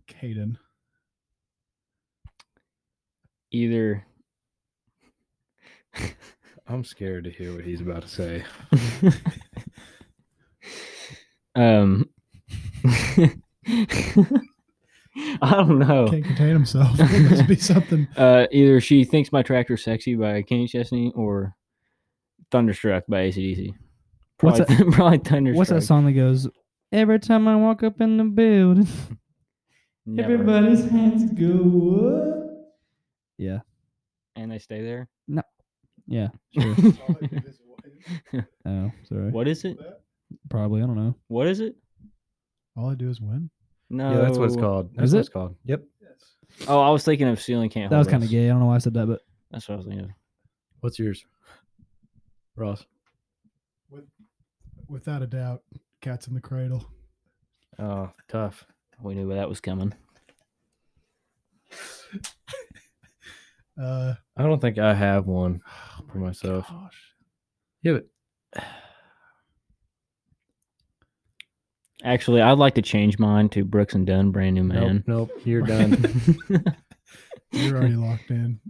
Speaker 1: Caden.
Speaker 4: Either
Speaker 2: I'm scared to hear what he's about to say.
Speaker 4: um, I don't know.
Speaker 1: Can't contain himself. It must be something.
Speaker 4: Uh, either she thinks my tractor's sexy by Kenny Chesney or Thunderstruck by ACDC.
Speaker 3: What's
Speaker 4: Probably, probably Thunderstruck.
Speaker 3: What's that song that goes? Every time I walk up in the building,
Speaker 4: Never.
Speaker 3: everybody's hands go up. Yeah.
Speaker 4: And they stay there.
Speaker 3: Yeah. Sure. oh, sorry.
Speaker 4: what is it?
Speaker 3: Probably. I don't know.
Speaker 4: What is it?
Speaker 1: All I do is win.
Speaker 4: No.
Speaker 2: Yeah, that's what it's called. That's
Speaker 3: Is
Speaker 2: what
Speaker 3: it?
Speaker 2: it's called. Yep.
Speaker 4: Oh, I was thinking of ceiling can't.
Speaker 3: That was
Speaker 4: hold
Speaker 3: kind of
Speaker 4: us.
Speaker 3: gay. I don't know why I said that, but
Speaker 4: That's what I was thinking. Of.
Speaker 2: What's yours, Ross?
Speaker 1: Without a doubt, cats in the cradle.
Speaker 2: Oh, tough.
Speaker 4: We knew that was coming.
Speaker 1: Uh,
Speaker 2: I don't think I have one
Speaker 1: oh
Speaker 2: for
Speaker 1: my
Speaker 2: myself.
Speaker 1: gosh.
Speaker 2: Yeah, but
Speaker 4: Actually, I'd like to change mine to Brooks and Dunn, brand new man.
Speaker 2: nope, nope, you're done.
Speaker 1: You're already locked in.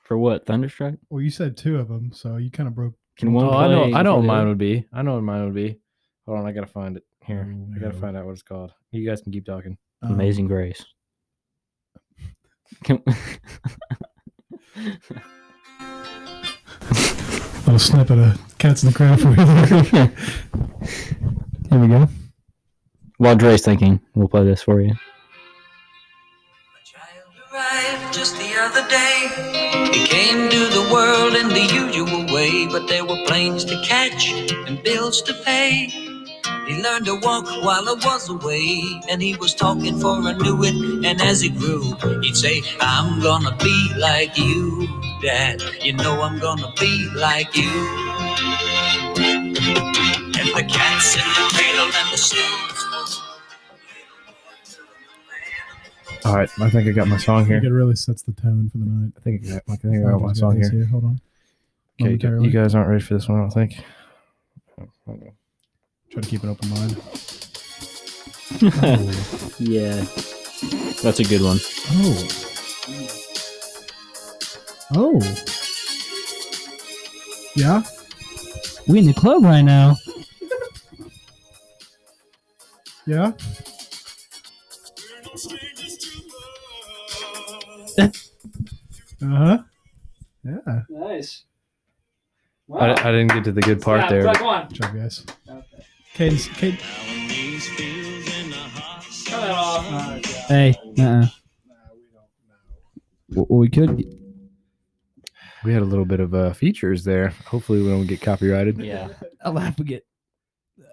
Speaker 4: For what? Thunderstruck?
Speaker 1: Well, you said two of them, so you kind of broke.
Speaker 4: Can one?
Speaker 2: oh, I know.
Speaker 4: play
Speaker 2: I know
Speaker 4: for
Speaker 2: what
Speaker 4: the
Speaker 2: mine
Speaker 4: other?
Speaker 2: would be. I know what mine would be. Hold on, I gotta find it. Here,
Speaker 1: Oh,
Speaker 2: I gotta
Speaker 1: no.
Speaker 2: find out what it's called. You guys can keep talking.
Speaker 1: um,
Speaker 4: Amazing Grace. Can-
Speaker 1: little snippet of cats in the cradle for you. there.
Speaker 3: here we go.
Speaker 4: While Dre's thinking, we'll play this for you.
Speaker 5: A child arrived just the other day. He came to the world in the usual way, but there were planes to catch and bills to pay. He learned to walk while I was away, and he was talking for I knew it. And as he grew, he'd say, I'm gonna be like you, Dad. You know I'm gonna be like you. And the cats in the cradle and the snakes.
Speaker 2: All right, I think I got my song
Speaker 1: I think it really sets the tone for the night.
Speaker 2: I think I got, I think
Speaker 1: I'll just get this Hold on.
Speaker 2: Okay, you gu-
Speaker 1: momentarily.
Speaker 2: you guys aren't ready for this one, I don't think.
Speaker 1: Try to keep an open mind.
Speaker 4: yeah. That's a good one.
Speaker 1: Oh. Oh. Yeah.
Speaker 3: We in the club right now.
Speaker 1: Yeah. Uh huh. Yeah.
Speaker 3: Nice.
Speaker 2: I, I didn't get to the good part there. but-
Speaker 1: Good job, guys. Cadence. Cadence.
Speaker 3: Hey, uh-uh. What we could,
Speaker 2: We had a little bit of uh, features there. Hopefully, we don't get copyrighted.
Speaker 4: Yeah.
Speaker 3: I'll have to get.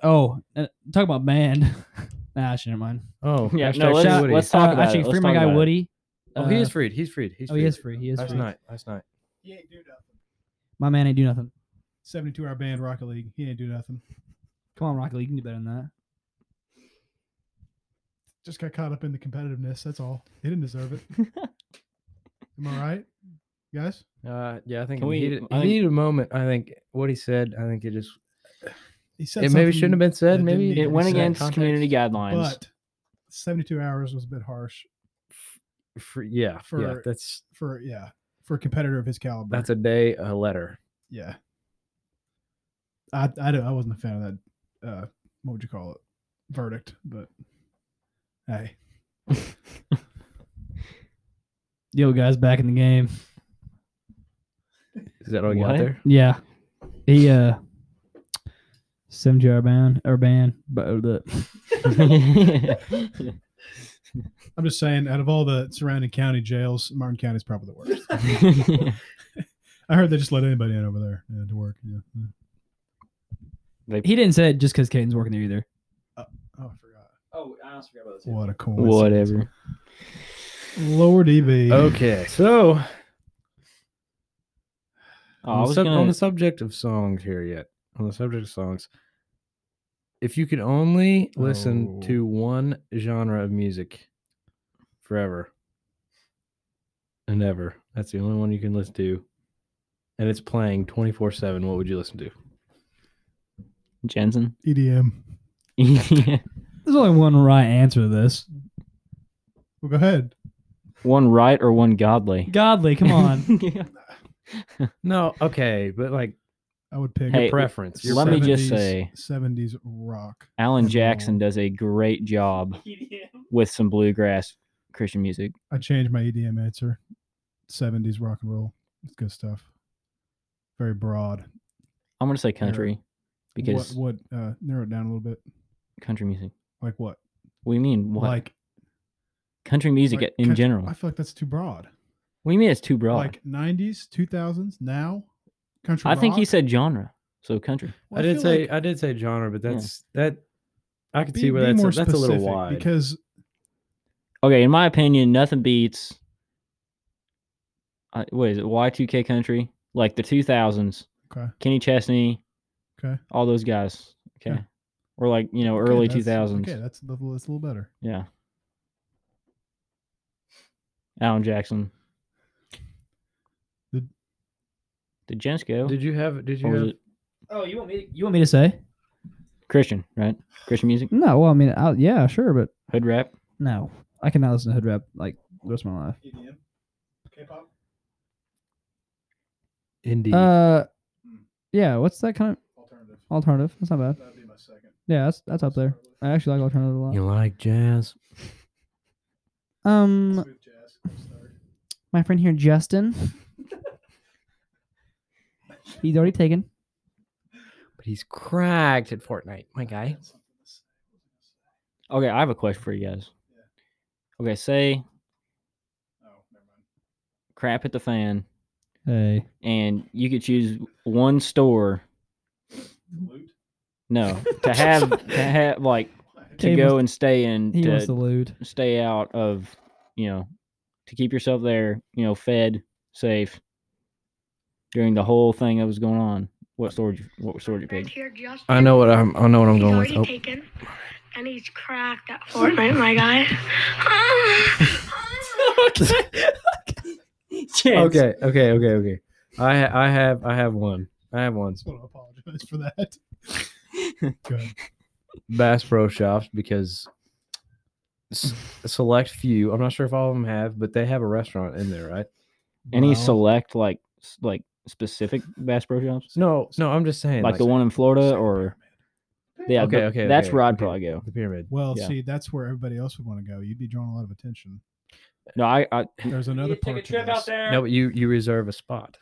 Speaker 3: Oh, uh, talk about band. nah, actually, never mind.
Speaker 2: Oh,
Speaker 4: Yeah,
Speaker 2: hashtag
Speaker 4: no, let's-
Speaker 2: Free
Speaker 4: let's-
Speaker 2: Woody.
Speaker 4: let's- talk
Speaker 3: Uh,
Speaker 4: about it.
Speaker 3: actually,
Speaker 4: Let's
Speaker 3: free my
Speaker 4: talk
Speaker 3: guy
Speaker 4: about it.
Speaker 3: Woody.
Speaker 2: oh, he
Speaker 3: uh,
Speaker 2: is freed. He's freed. He's
Speaker 3: Oh,
Speaker 2: freed.
Speaker 3: he is free. He is
Speaker 2: Last
Speaker 3: free.
Speaker 2: night. Last night.
Speaker 1: He ain't do nothing.
Speaker 3: My man ain't do nothing.
Speaker 1: 72 hour band, Rocket League. He ain't do nothing.
Speaker 3: Come on, Rocket League, you can do better than that.
Speaker 1: Just got caught up in the competitiveness. That's all. He didn't deserve it. Am I right, guys?
Speaker 2: Uh, yeah, I think
Speaker 4: Can
Speaker 2: we
Speaker 4: we-
Speaker 2: needed,
Speaker 4: I
Speaker 2: he
Speaker 4: think-
Speaker 2: needed a moment. I think what he said. I think it just
Speaker 1: He said
Speaker 2: it maybe
Speaker 1: something
Speaker 2: shouldn't have been said.
Speaker 1: that
Speaker 2: Maybe
Speaker 1: didn't need
Speaker 4: It
Speaker 1: to
Speaker 4: went
Speaker 1: be said.
Speaker 4: against community guidelines.
Speaker 1: But 72 hours was a bit harsh
Speaker 2: Fr- yeah, yeah.
Speaker 1: for-
Speaker 2: That's
Speaker 1: for yeah for a competitor of his caliber.
Speaker 2: that's a day a letter.
Speaker 1: yeah. I I, don't- I wasn't a fan of that. Uh, what would you call it? Verdict, but hey,
Speaker 3: Yo, guys, back in the game.
Speaker 2: Is that all you
Speaker 4: What?
Speaker 2: got there?
Speaker 3: Yeah, he uh, seventy hour band or band, but uh, the-
Speaker 1: I'm just saying. Out of all the surrounding county jails, Martin County's probably the worst. I heard they just let anybody in over there yeah, to work. Yeah. yeah.
Speaker 3: he didn't say it just because Caden's working there either.
Speaker 1: Oh, I forgot.
Speaker 2: Oh, I almost forgot about this.
Speaker 1: What a coincidence.
Speaker 4: Whatever.
Speaker 1: Lower DB.
Speaker 2: Okay, so
Speaker 4: Oh, I
Speaker 2: on, the
Speaker 4: was
Speaker 2: sub- on
Speaker 4: gonna,
Speaker 2: the subject of songs here yet. On the subject of songs, if you could only listen
Speaker 1: Oh.
Speaker 2: to one genre of music forever and ever, that's the only one you can listen to, and it's playing 24 7, what would you listen to?
Speaker 4: Jensen.
Speaker 1: EDM.
Speaker 3: There's only one right answer to this.
Speaker 1: Well, go ahead.
Speaker 4: one right or one godly.
Speaker 3: Godly, come on.
Speaker 2: No, okay, but like
Speaker 1: I would pick.
Speaker 4: Hey,
Speaker 2: preference.
Speaker 4: your let me just
Speaker 1: 70s
Speaker 4: say-
Speaker 1: 70s rock.
Speaker 4: Alan
Speaker 1: Come
Speaker 4: Jackson
Speaker 1: on.
Speaker 4: does a great job with some bluegrass Christian music.
Speaker 1: I changed my EDM answer. 70s rock and roll. It's good stuff. Very broad.
Speaker 4: I'm gonna say country because
Speaker 1: What, what uh, narrow it down a little bit.
Speaker 4: Country music.
Speaker 1: Like what?
Speaker 4: What do you mean? What?
Speaker 1: Like
Speaker 4: country music
Speaker 1: like
Speaker 4: in
Speaker 1: country-
Speaker 4: general.
Speaker 1: I feel like that's too broad.
Speaker 4: what do you mean it's too broad?
Speaker 1: Like nineties, two thousands, now country.
Speaker 4: I think
Speaker 1: rock?
Speaker 4: he said genre. So country.
Speaker 1: Well,
Speaker 2: I did
Speaker 1: feel
Speaker 2: say
Speaker 1: like
Speaker 2: I did say genre, but that's that. I could
Speaker 1: be-
Speaker 2: see where
Speaker 1: be
Speaker 2: that's
Speaker 1: more
Speaker 2: a, that's a little
Speaker 1: specific
Speaker 2: wide.
Speaker 1: because
Speaker 4: Okay, in my opinion, nothing beats. Uh, what is it? Y two K country, like the two thousands.
Speaker 1: okay,
Speaker 4: Kenny Chesney,
Speaker 1: okay,
Speaker 4: all those guys. Okay,
Speaker 1: Yeah.
Speaker 4: or like you know early
Speaker 1: two
Speaker 4: two thousands.
Speaker 1: Okay, that's a little, that's a little better.
Speaker 4: Yeah. Alan Jackson.
Speaker 1: Did-
Speaker 4: Did Jens go?
Speaker 2: did you have? Did you
Speaker 4: Or was
Speaker 2: have?
Speaker 4: it
Speaker 3: Oh, you want me? To, you want me to say?
Speaker 4: Christian? Right? Christian music,
Speaker 3: No. Well, I mean, I, yeah, sure, but
Speaker 4: hood rap.
Speaker 3: no, I cannot listen to hood rap like the rest of my life.
Speaker 1: EDM, E K-pop.
Speaker 2: Indie.
Speaker 3: Uh, yeah. What's that kind of
Speaker 1: Alternative.
Speaker 3: alternative? That's not bad.
Speaker 1: That'd be my second.
Speaker 3: Yeah, that's that's up there. I actually like alternative a lot.
Speaker 2: you like jazz?
Speaker 3: Um, my friend here, Justin. He's already taken.
Speaker 6: But he's cracked at Fortnite, my guy.
Speaker 4: Okay, I have a question for you guys. Okay, say
Speaker 1: Oh,
Speaker 4: crap at the fan,
Speaker 3: Hey,
Speaker 4: and you could choose one store. No, to have to have like to
Speaker 3: He
Speaker 4: go
Speaker 3: wants-
Speaker 4: and stay in
Speaker 3: he
Speaker 4: to
Speaker 3: wants to loot.
Speaker 4: stay out of, you know, to keep yourself there, you know, fed, safe during the whole thing that was going on. What store? Did you, what store did you
Speaker 7: Right
Speaker 4: pick?
Speaker 7: here, Justin.
Speaker 2: I know what I'm. I know what I'm
Speaker 7: He's
Speaker 2: going with.
Speaker 7: already
Speaker 2: Oh,
Speaker 7: taken, and he's cracked at Fortnite, my Ah. guy.
Speaker 2: Oh, okay, okay, okay, okay. I ha- I have I have one. I have one.
Speaker 1: Just want to apologize for that. Go ahead.
Speaker 2: Bass Pro Shops because s- a select few. I'm not sure if all of them have, but they have a restaurant in there, right?
Speaker 4: Any
Speaker 1: Wow.
Speaker 4: select like s- like specific Bass Pro Shops,
Speaker 2: No, no. I'm just saying,
Speaker 4: like, the one in Florida or yeah.
Speaker 2: Okay,
Speaker 4: but
Speaker 2: okay,
Speaker 4: That's
Speaker 2: okay,
Speaker 4: where I'd
Speaker 2: okay.
Speaker 4: probably go.
Speaker 2: the pyramid.
Speaker 1: Well,
Speaker 4: Yeah.
Speaker 1: see, that's where everybody else would want to go. You'd be drawing a lot of attention.
Speaker 4: No, I, I
Speaker 1: There's another part to this.
Speaker 6: there.
Speaker 2: No, but you you reserve a spot.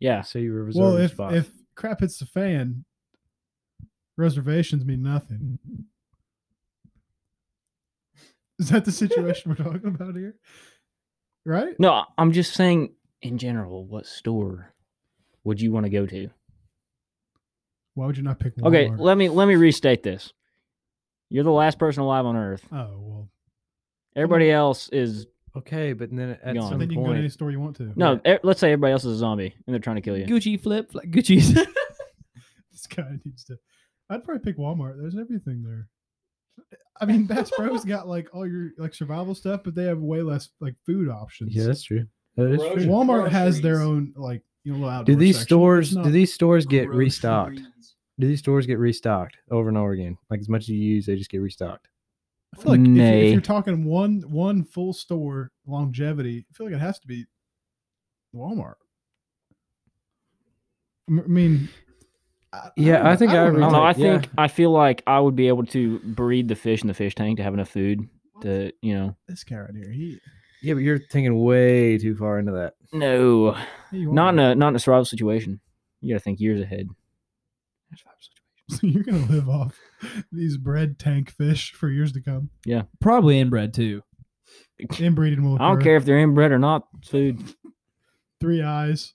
Speaker 4: yeah.
Speaker 2: So you reserve
Speaker 1: Well,
Speaker 2: a
Speaker 1: if
Speaker 2: spot.
Speaker 1: if crap hits the fan, reservations mean nothing. Is that the situation we're talking about here? Right?
Speaker 4: No, I- I'm just saying in general, what store would you want to go to?
Speaker 1: Why would you not pick Walmart?
Speaker 4: Okay, let me let me restate this. You're the last person alive on Earth.
Speaker 1: oh well.
Speaker 4: Everybody else is
Speaker 2: okay, but then at
Speaker 4: Gone.
Speaker 2: some
Speaker 1: Then you can go to any
Speaker 2: point,
Speaker 1: store you want to.
Speaker 4: No, e- let's say everybody else is a zombie and they're trying to kill you.
Speaker 3: Gucci flip, like Gucci's.
Speaker 1: This guy needs to. I'd probably pick Walmart. There's everything there. I mean, Bass Pro's got like all your like survival stuff, but they have way less like food options.
Speaker 2: yeah, that's true. That is true.
Speaker 1: Walmart has their own like you know little outdoor.
Speaker 2: Do these
Speaker 1: section.
Speaker 2: stores
Speaker 1: It's not-
Speaker 2: do these stores get restocked? Do these stores get restocked over and over again? Like as much as you use, they just get restocked.
Speaker 1: I feel like if, you,
Speaker 4: Nay.
Speaker 1: if you're talking one one full store longevity, I feel like it has to be Walmart. M- I mean, I,
Speaker 2: Yeah,
Speaker 1: don't
Speaker 2: I
Speaker 1: know-
Speaker 2: think I
Speaker 1: don't know.
Speaker 2: agree.
Speaker 4: No, I
Speaker 2: like,
Speaker 4: think
Speaker 2: yeah.
Speaker 4: I feel like I would be able to breed the fish in the fish tank to have enough food to, you know.
Speaker 1: this guy right here. He,
Speaker 2: Yeah, but you're thinking way too far into that.
Speaker 4: No,
Speaker 1: he
Speaker 4: not in
Speaker 1: Walmart.
Speaker 4: a not in a survival situation. You got to think years ahead.
Speaker 1: So you're gonna live off these bread tank fish for years to come.
Speaker 3: Probably inbred too.
Speaker 1: Inbreeding will.
Speaker 4: I don't
Speaker 1: occur.
Speaker 4: care if they're inbred or not. it's Food
Speaker 1: Three eyes,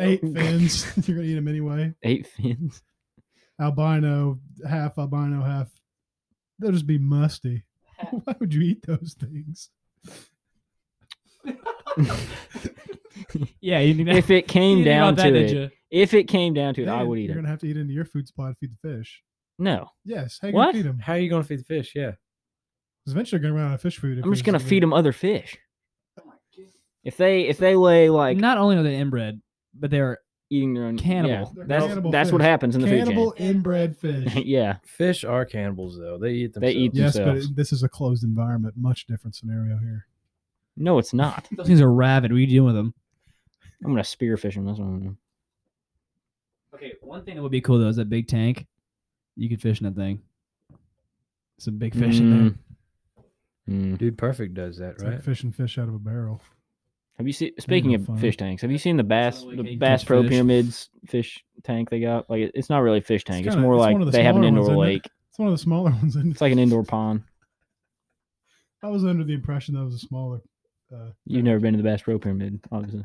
Speaker 1: eight fins. you're gonna eat them anyway.
Speaker 4: eight fins.
Speaker 1: Albino, half albino, half. They'll just be musty. Why would you eat those things?
Speaker 3: Yeah, you need
Speaker 4: If it came down to it,
Speaker 3: you?
Speaker 4: if it came down to it, I
Speaker 1: Dan,
Speaker 4: would eat
Speaker 1: You're
Speaker 4: it.
Speaker 1: gonna have to eat into your food supply to feed the fish.
Speaker 4: No,
Speaker 1: Yes, how you
Speaker 4: What?
Speaker 1: gonna feed them?
Speaker 2: How are you gonna feed the fish? Yeah.
Speaker 1: Eventually, you're gonna run out of fish food. if
Speaker 4: I'm just
Speaker 1: you're
Speaker 4: gonna feed them other fish. If they if they lay like
Speaker 3: Not only are they inbred, but they're
Speaker 4: eating their own yeah,
Speaker 3: Cannibal.
Speaker 1: They're
Speaker 4: that's
Speaker 1: cannibal
Speaker 4: that's what
Speaker 1: fish.
Speaker 4: happens in the
Speaker 1: Cannibal
Speaker 4: food
Speaker 1: inbred fish.
Speaker 4: chain. yeah,
Speaker 2: Fish are cannibals though. They eat
Speaker 4: They
Speaker 2: themselves.
Speaker 4: eat
Speaker 1: yes, but
Speaker 4: themselves.
Speaker 1: it, this is a closed environment. Much different scenario here.
Speaker 4: no, it's not.
Speaker 3: those things are rabid. What are you doing with them?
Speaker 4: I'm gonna spearfish him. That's what I'm gonna do.
Speaker 3: Okay, one thing that would be cool though is that big tank. You could fish in that thing. Some big fish in there.
Speaker 4: Mm. Mm.
Speaker 2: Dude Perfect does that,
Speaker 1: It's
Speaker 2: right?
Speaker 1: like fishing fish out of a barrel.
Speaker 4: Have you seen? Speaking
Speaker 1: no
Speaker 4: of
Speaker 1: fun.
Speaker 4: fish tanks, have you seen the bass
Speaker 3: only way
Speaker 4: the
Speaker 3: Kate
Speaker 4: Bass
Speaker 3: catch
Speaker 4: Pro
Speaker 3: fish.
Speaker 4: Pyramids fish tank they got? Like it- it's not really a fish tank. It's,
Speaker 1: kinda-
Speaker 4: more
Speaker 1: it's
Speaker 4: like
Speaker 1: one of the
Speaker 4: they have an
Speaker 1: smaller ones,
Speaker 4: indoor
Speaker 1: isn't it?
Speaker 4: lake.
Speaker 1: It's It's one of the smaller ones. Isn't
Speaker 4: It's like an indoor pond.
Speaker 1: I was under the impression that was a smaller. Uh,
Speaker 4: You've never been to the Bass Pro Pyramid, obviously.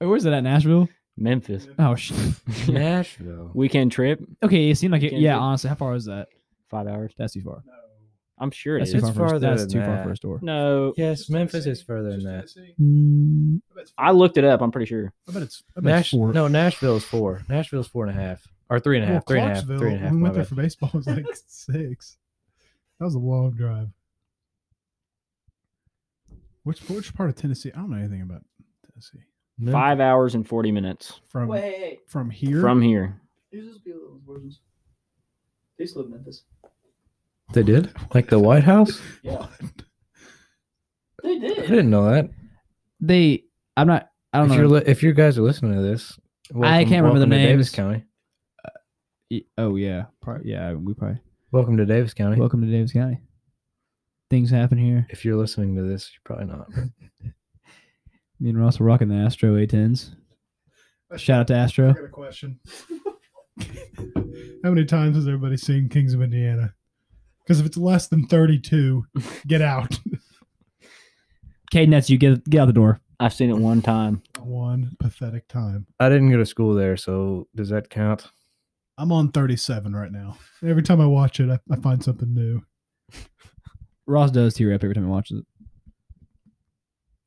Speaker 3: Wait, where's that at Nashville?
Speaker 4: Memphis.
Speaker 3: Oh shit.
Speaker 6: Nashville.
Speaker 4: Weekend trip,
Speaker 3: Okay, it seemed like it.
Speaker 4: Can't
Speaker 3: Yeah,
Speaker 4: do it.
Speaker 3: honestly, how far was that?
Speaker 4: five hours.
Speaker 3: That's too far.
Speaker 4: I'm sure it
Speaker 3: That's
Speaker 4: is.
Speaker 2: It's
Speaker 3: too far. for a-
Speaker 2: farther
Speaker 3: that's
Speaker 2: than
Speaker 3: too far
Speaker 2: that.
Speaker 3: for a store.
Speaker 4: No,
Speaker 2: Yes, Memphis is further than that.
Speaker 3: Mm,
Speaker 1: I bet it's,
Speaker 4: I looked it up. I'm pretty sure.
Speaker 1: I bet it's, I bet it's
Speaker 2: Nash-
Speaker 1: four.
Speaker 2: no, Nashville is four. Nashville's four and a half. Or three and a
Speaker 1: Well,
Speaker 2: half. Three and a half.
Speaker 1: Clarksville,
Speaker 2: Three and a half.
Speaker 1: when we
Speaker 2: my
Speaker 1: went there
Speaker 2: bad.
Speaker 1: for baseball was like six. That was a long drive. Which which part of Tennessee? I don't know anything about Tennessee.
Speaker 2: Mem-
Speaker 4: Five hours and forty minutes
Speaker 1: From from here,
Speaker 4: from here.
Speaker 2: They did? Like the White House?
Speaker 1: yeah.
Speaker 2: I didn't know that.
Speaker 3: They, I'm not. I don't
Speaker 2: if
Speaker 3: know.
Speaker 2: You're li- if you guys are listening to this, welcome-
Speaker 3: can't remember the
Speaker 2: welcome to
Speaker 3: names.
Speaker 2: Davis County.
Speaker 3: Y- Oh yeah, probably, yeah. We probably
Speaker 2: Welcome to Davis County.
Speaker 3: welcome to Davis County. Things happen here.
Speaker 2: if you're listening to this, you're probably not. but-
Speaker 3: Me and Ross were rocking the Astro A10s. Shout out to
Speaker 1: I
Speaker 3: Astro.
Speaker 1: got a question. How many times has everybody seen Kings of Indiana? Because if it's less than thirty-two, get out.
Speaker 3: Caden, that's you. Get get out the door.
Speaker 4: I've seen it one time.
Speaker 1: One pathetic time.
Speaker 2: I didn't go to school there, so does that count?
Speaker 1: I'm on thirty-seven right now. Every time I watch it, I, I find something new.
Speaker 3: Ross does tear up every time he watches it.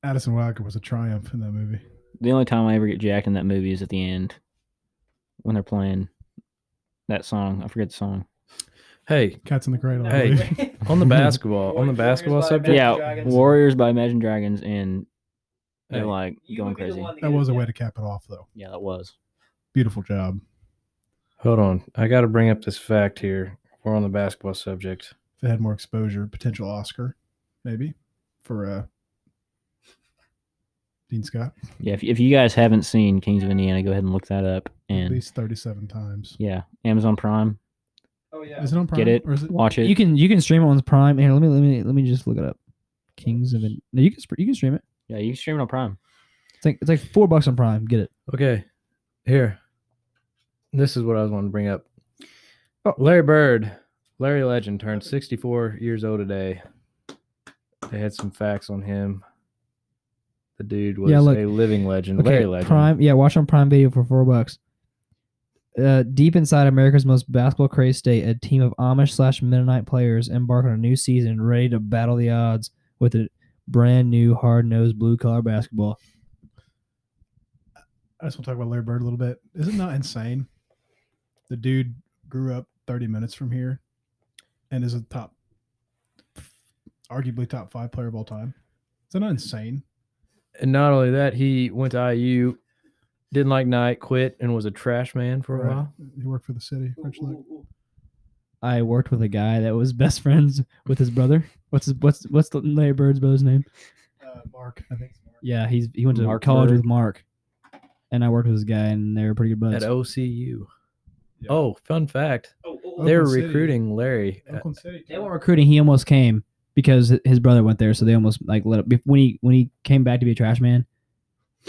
Speaker 1: Addison Wilder was a triumph in that movie.
Speaker 4: The only time I ever get jacked in that movie is at the end when they're playing that song. I forget the song.
Speaker 2: Hey,
Speaker 1: Cats in the Cradle. I
Speaker 2: Hey.
Speaker 1: believe.
Speaker 2: on the basketball, on the basketball subject,
Speaker 4: yeah, Warriors by Imagine Dragons, and they're
Speaker 2: Hey.
Speaker 4: like going crazy.
Speaker 1: that was a way to cap it off, though.
Speaker 4: Yeah, that was.
Speaker 1: Beautiful job.
Speaker 2: hold on. I got to bring up this fact here. We're on the basketball subject.
Speaker 1: If it had more exposure, potential Oscar, maybe for uh, Dean Scott.
Speaker 4: Yeah, if, if you guys haven't seen Kings of Indiana, go ahead and look that up.
Speaker 1: At
Speaker 4: And
Speaker 1: least thirty-seven times.
Speaker 4: yeah, Amazon Prime,
Speaker 6: Oh yeah.
Speaker 1: Is it on Prime?
Speaker 4: get it,
Speaker 1: Or is it?
Speaker 4: watch it.
Speaker 3: You can you can stream it on Prime. Here, let me let me let me just look it up. Kings of Ind- no, you can sp- you can stream it.
Speaker 4: yeah, you can stream it on Prime.
Speaker 3: It's like it's like four bucks on Prime. Get it.
Speaker 2: Okay, here. This is what I was wanting to bring up. Oh, Larry Bird, Larry Legend turned 64 years old today. They had some facts on him. The dude was
Speaker 3: Yeah, look.
Speaker 2: a living legend, Larry Legend.
Speaker 3: Prime. Yeah, watch on Prime Video for four bucks. Uh, deep inside America's most basketball crazed state, a team of Amish slash Mennonite players embark on a new season, ready to battle the odds with a brand new hard nosed blue collar basketball.
Speaker 1: I just want to talk about Larry Bird a little bit. Is it not insane? The dude grew up 30 minutes from here and is a top, arguably top five player of all time. Is that not insane?
Speaker 2: And not only that, he went to IU, didn't like Nike, quit, and was a trash man for a
Speaker 1: Right.
Speaker 2: while.
Speaker 1: He worked for the city. French Lick.
Speaker 3: I worked with a guy that was best friends with his brother. What's his what's what's the Larry Bird's brother's name?
Speaker 1: Uh, Mark, I think.
Speaker 3: Yeah, he's he went to
Speaker 4: Mark
Speaker 3: college
Speaker 4: Bird.
Speaker 3: with Mark, and I worked with this guy, and they were pretty good
Speaker 2: At
Speaker 3: buds.
Speaker 2: OCU.
Speaker 1: Yeah.
Speaker 2: Oh, fun fact.
Speaker 1: Oakland
Speaker 2: they were
Speaker 1: City.
Speaker 2: recruiting Larry. at-
Speaker 1: Oakland City.
Speaker 3: they weren't recruiting. He almost came because hi- his brother went there, so they almost like let up. When he when he came back to be a trash man,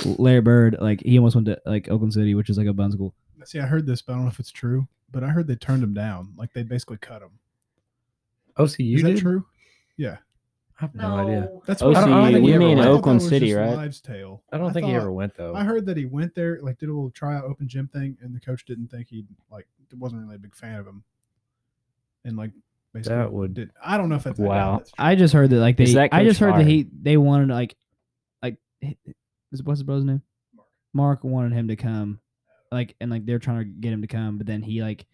Speaker 3: Larry Bird like he almost went to like Oakland City, which is like a bun school.
Speaker 1: See, I heard this, but I don't know if it's true. But I heard they turned him down. Like they basically cut him.
Speaker 2: OCU
Speaker 1: Is that
Speaker 2: did?
Speaker 1: true? Yeah.
Speaker 2: I have no, idea.
Speaker 1: That's
Speaker 4: Oh,
Speaker 1: what I-
Speaker 2: so
Speaker 1: I
Speaker 2: you-
Speaker 1: think
Speaker 2: you
Speaker 1: he ever
Speaker 2: mean
Speaker 1: went. I thought that
Speaker 4: Oakland
Speaker 1: was
Speaker 4: City,
Speaker 1: just
Speaker 4: right?
Speaker 1: Lives Tale.
Speaker 2: I don't think he
Speaker 1: thought-
Speaker 2: ever went though.
Speaker 1: I heard that he went there, like did a little tryout open gym thing, and the coach didn't think he like wasn't really a big fan of him, and like basically
Speaker 2: That would-
Speaker 1: did, I don't know if that's I doubt
Speaker 4: Wow.
Speaker 1: that's true.
Speaker 3: I just heard that like they.
Speaker 4: Is that
Speaker 3: I just
Speaker 4: coach
Speaker 3: heard that
Speaker 4: fired?
Speaker 3: he they wanted like like h- is what's his brother's name? Mark wanted him to come, like and like they're trying to get him to come, but then he like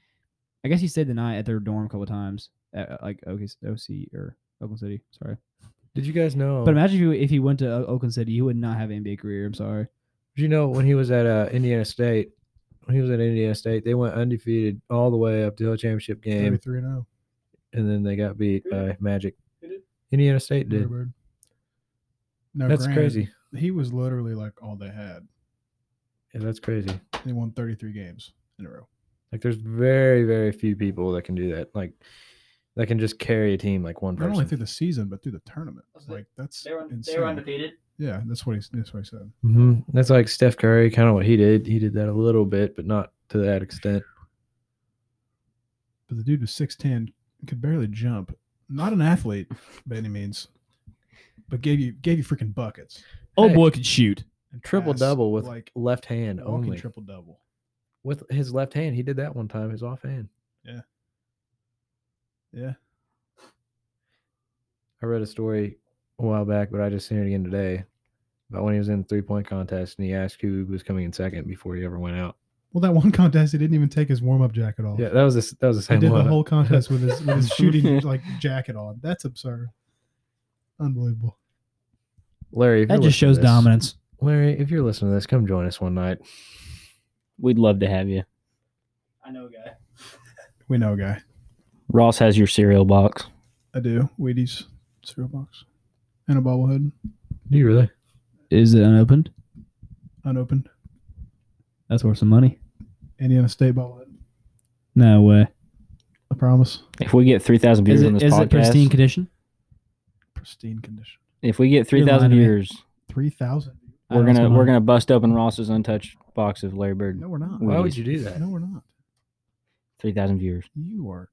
Speaker 3: I guess he stayed the night at their dorm a couple times at uh, like OC OC or Oakland City. Sorry,
Speaker 2: Did you guys know?
Speaker 3: but imagine if he, if he went to O- Oakland City, he would not have an NBA career. I'm sorry.
Speaker 2: Did you know when he was at uh, Indiana State, when he was at Indiana State, they went undefeated all the way up to the championship game,
Speaker 1: Thirty-three and oh. zero.
Speaker 2: and then they got beat by Magic. Indiana State did.
Speaker 1: Bird. No,
Speaker 2: That's
Speaker 1: granted,
Speaker 2: crazy.
Speaker 1: He was literally like all they had.
Speaker 2: Yeah, that's crazy.
Speaker 1: They won thirty-three games in a row.
Speaker 2: Like, there's very, very few people that can do that. Like, that can just carry a team like one
Speaker 1: Not only through
Speaker 2: person.
Speaker 1: the season, but through the tournament.
Speaker 6: Was it-
Speaker 1: Like that's
Speaker 6: They were,
Speaker 1: insane.
Speaker 6: they were undefeated.
Speaker 1: yeah, that's what he. That's what he said.
Speaker 2: hmm That's like Steph Curry, kind of what he did. He did that a little bit, but not to that extent.
Speaker 1: but the dude was 6'10, could barely jump. Not an athlete by any means, but gave you gave you freaking buckets.
Speaker 3: Old
Speaker 2: Hey.
Speaker 3: boy could shoot.
Speaker 1: and
Speaker 2: Oh, Triple
Speaker 1: pass,
Speaker 2: double with
Speaker 1: like
Speaker 2: left hand
Speaker 1: walking
Speaker 2: only.
Speaker 1: triple double.
Speaker 2: with his left hand, he did that one time. His offhand.
Speaker 1: Yeah.
Speaker 2: I read a story a while back, but I just seen it again today about when he was in the three point contest and he asked who was coming in second before he ever went out.
Speaker 1: Well, that one contest, he didn't even take his warm up jacket off.
Speaker 2: Yeah, that was the, that was the
Speaker 1: he
Speaker 2: same
Speaker 1: Oh. did
Speaker 2: one.
Speaker 1: the whole contest with his with his shooting like jacket on. That's absurd. Unbelievable.
Speaker 2: Larry, if
Speaker 3: That
Speaker 2: you're
Speaker 3: just
Speaker 2: listening to
Speaker 3: shows
Speaker 2: this-
Speaker 3: dominance.
Speaker 2: Larry, if you're listening to this, come join us one night.
Speaker 4: We'd love to have you.
Speaker 3: I know, guy.
Speaker 1: We know, guy.
Speaker 4: Ross has your cereal box.
Speaker 1: I do. Wheaties, cereal box, and a bobblehead
Speaker 2: Do you really?
Speaker 3: Is it unopened?
Speaker 1: unopened.
Speaker 3: That's worth some money.
Speaker 1: Indiana State bobblehead.
Speaker 3: No way.
Speaker 1: I promise.
Speaker 4: If we get three thousand views
Speaker 3: Is
Speaker 4: on
Speaker 3: it, is
Speaker 4: this podcast,
Speaker 3: it pristine condition?
Speaker 1: Pristine condition.
Speaker 4: if we get three
Speaker 3: You're lying
Speaker 4: thousand
Speaker 3: to me.
Speaker 4: views,
Speaker 1: Three thousand.
Speaker 3: I
Speaker 4: we're
Speaker 3: don't know what's
Speaker 4: gonna
Speaker 3: going
Speaker 4: we're
Speaker 3: on.
Speaker 4: gonna bust open Ross's untouched box of Larry Bird.
Speaker 1: No, we're not.
Speaker 4: Why would
Speaker 2: you do that?
Speaker 1: No, we're not.
Speaker 4: Three thousand viewers.
Speaker 1: You are.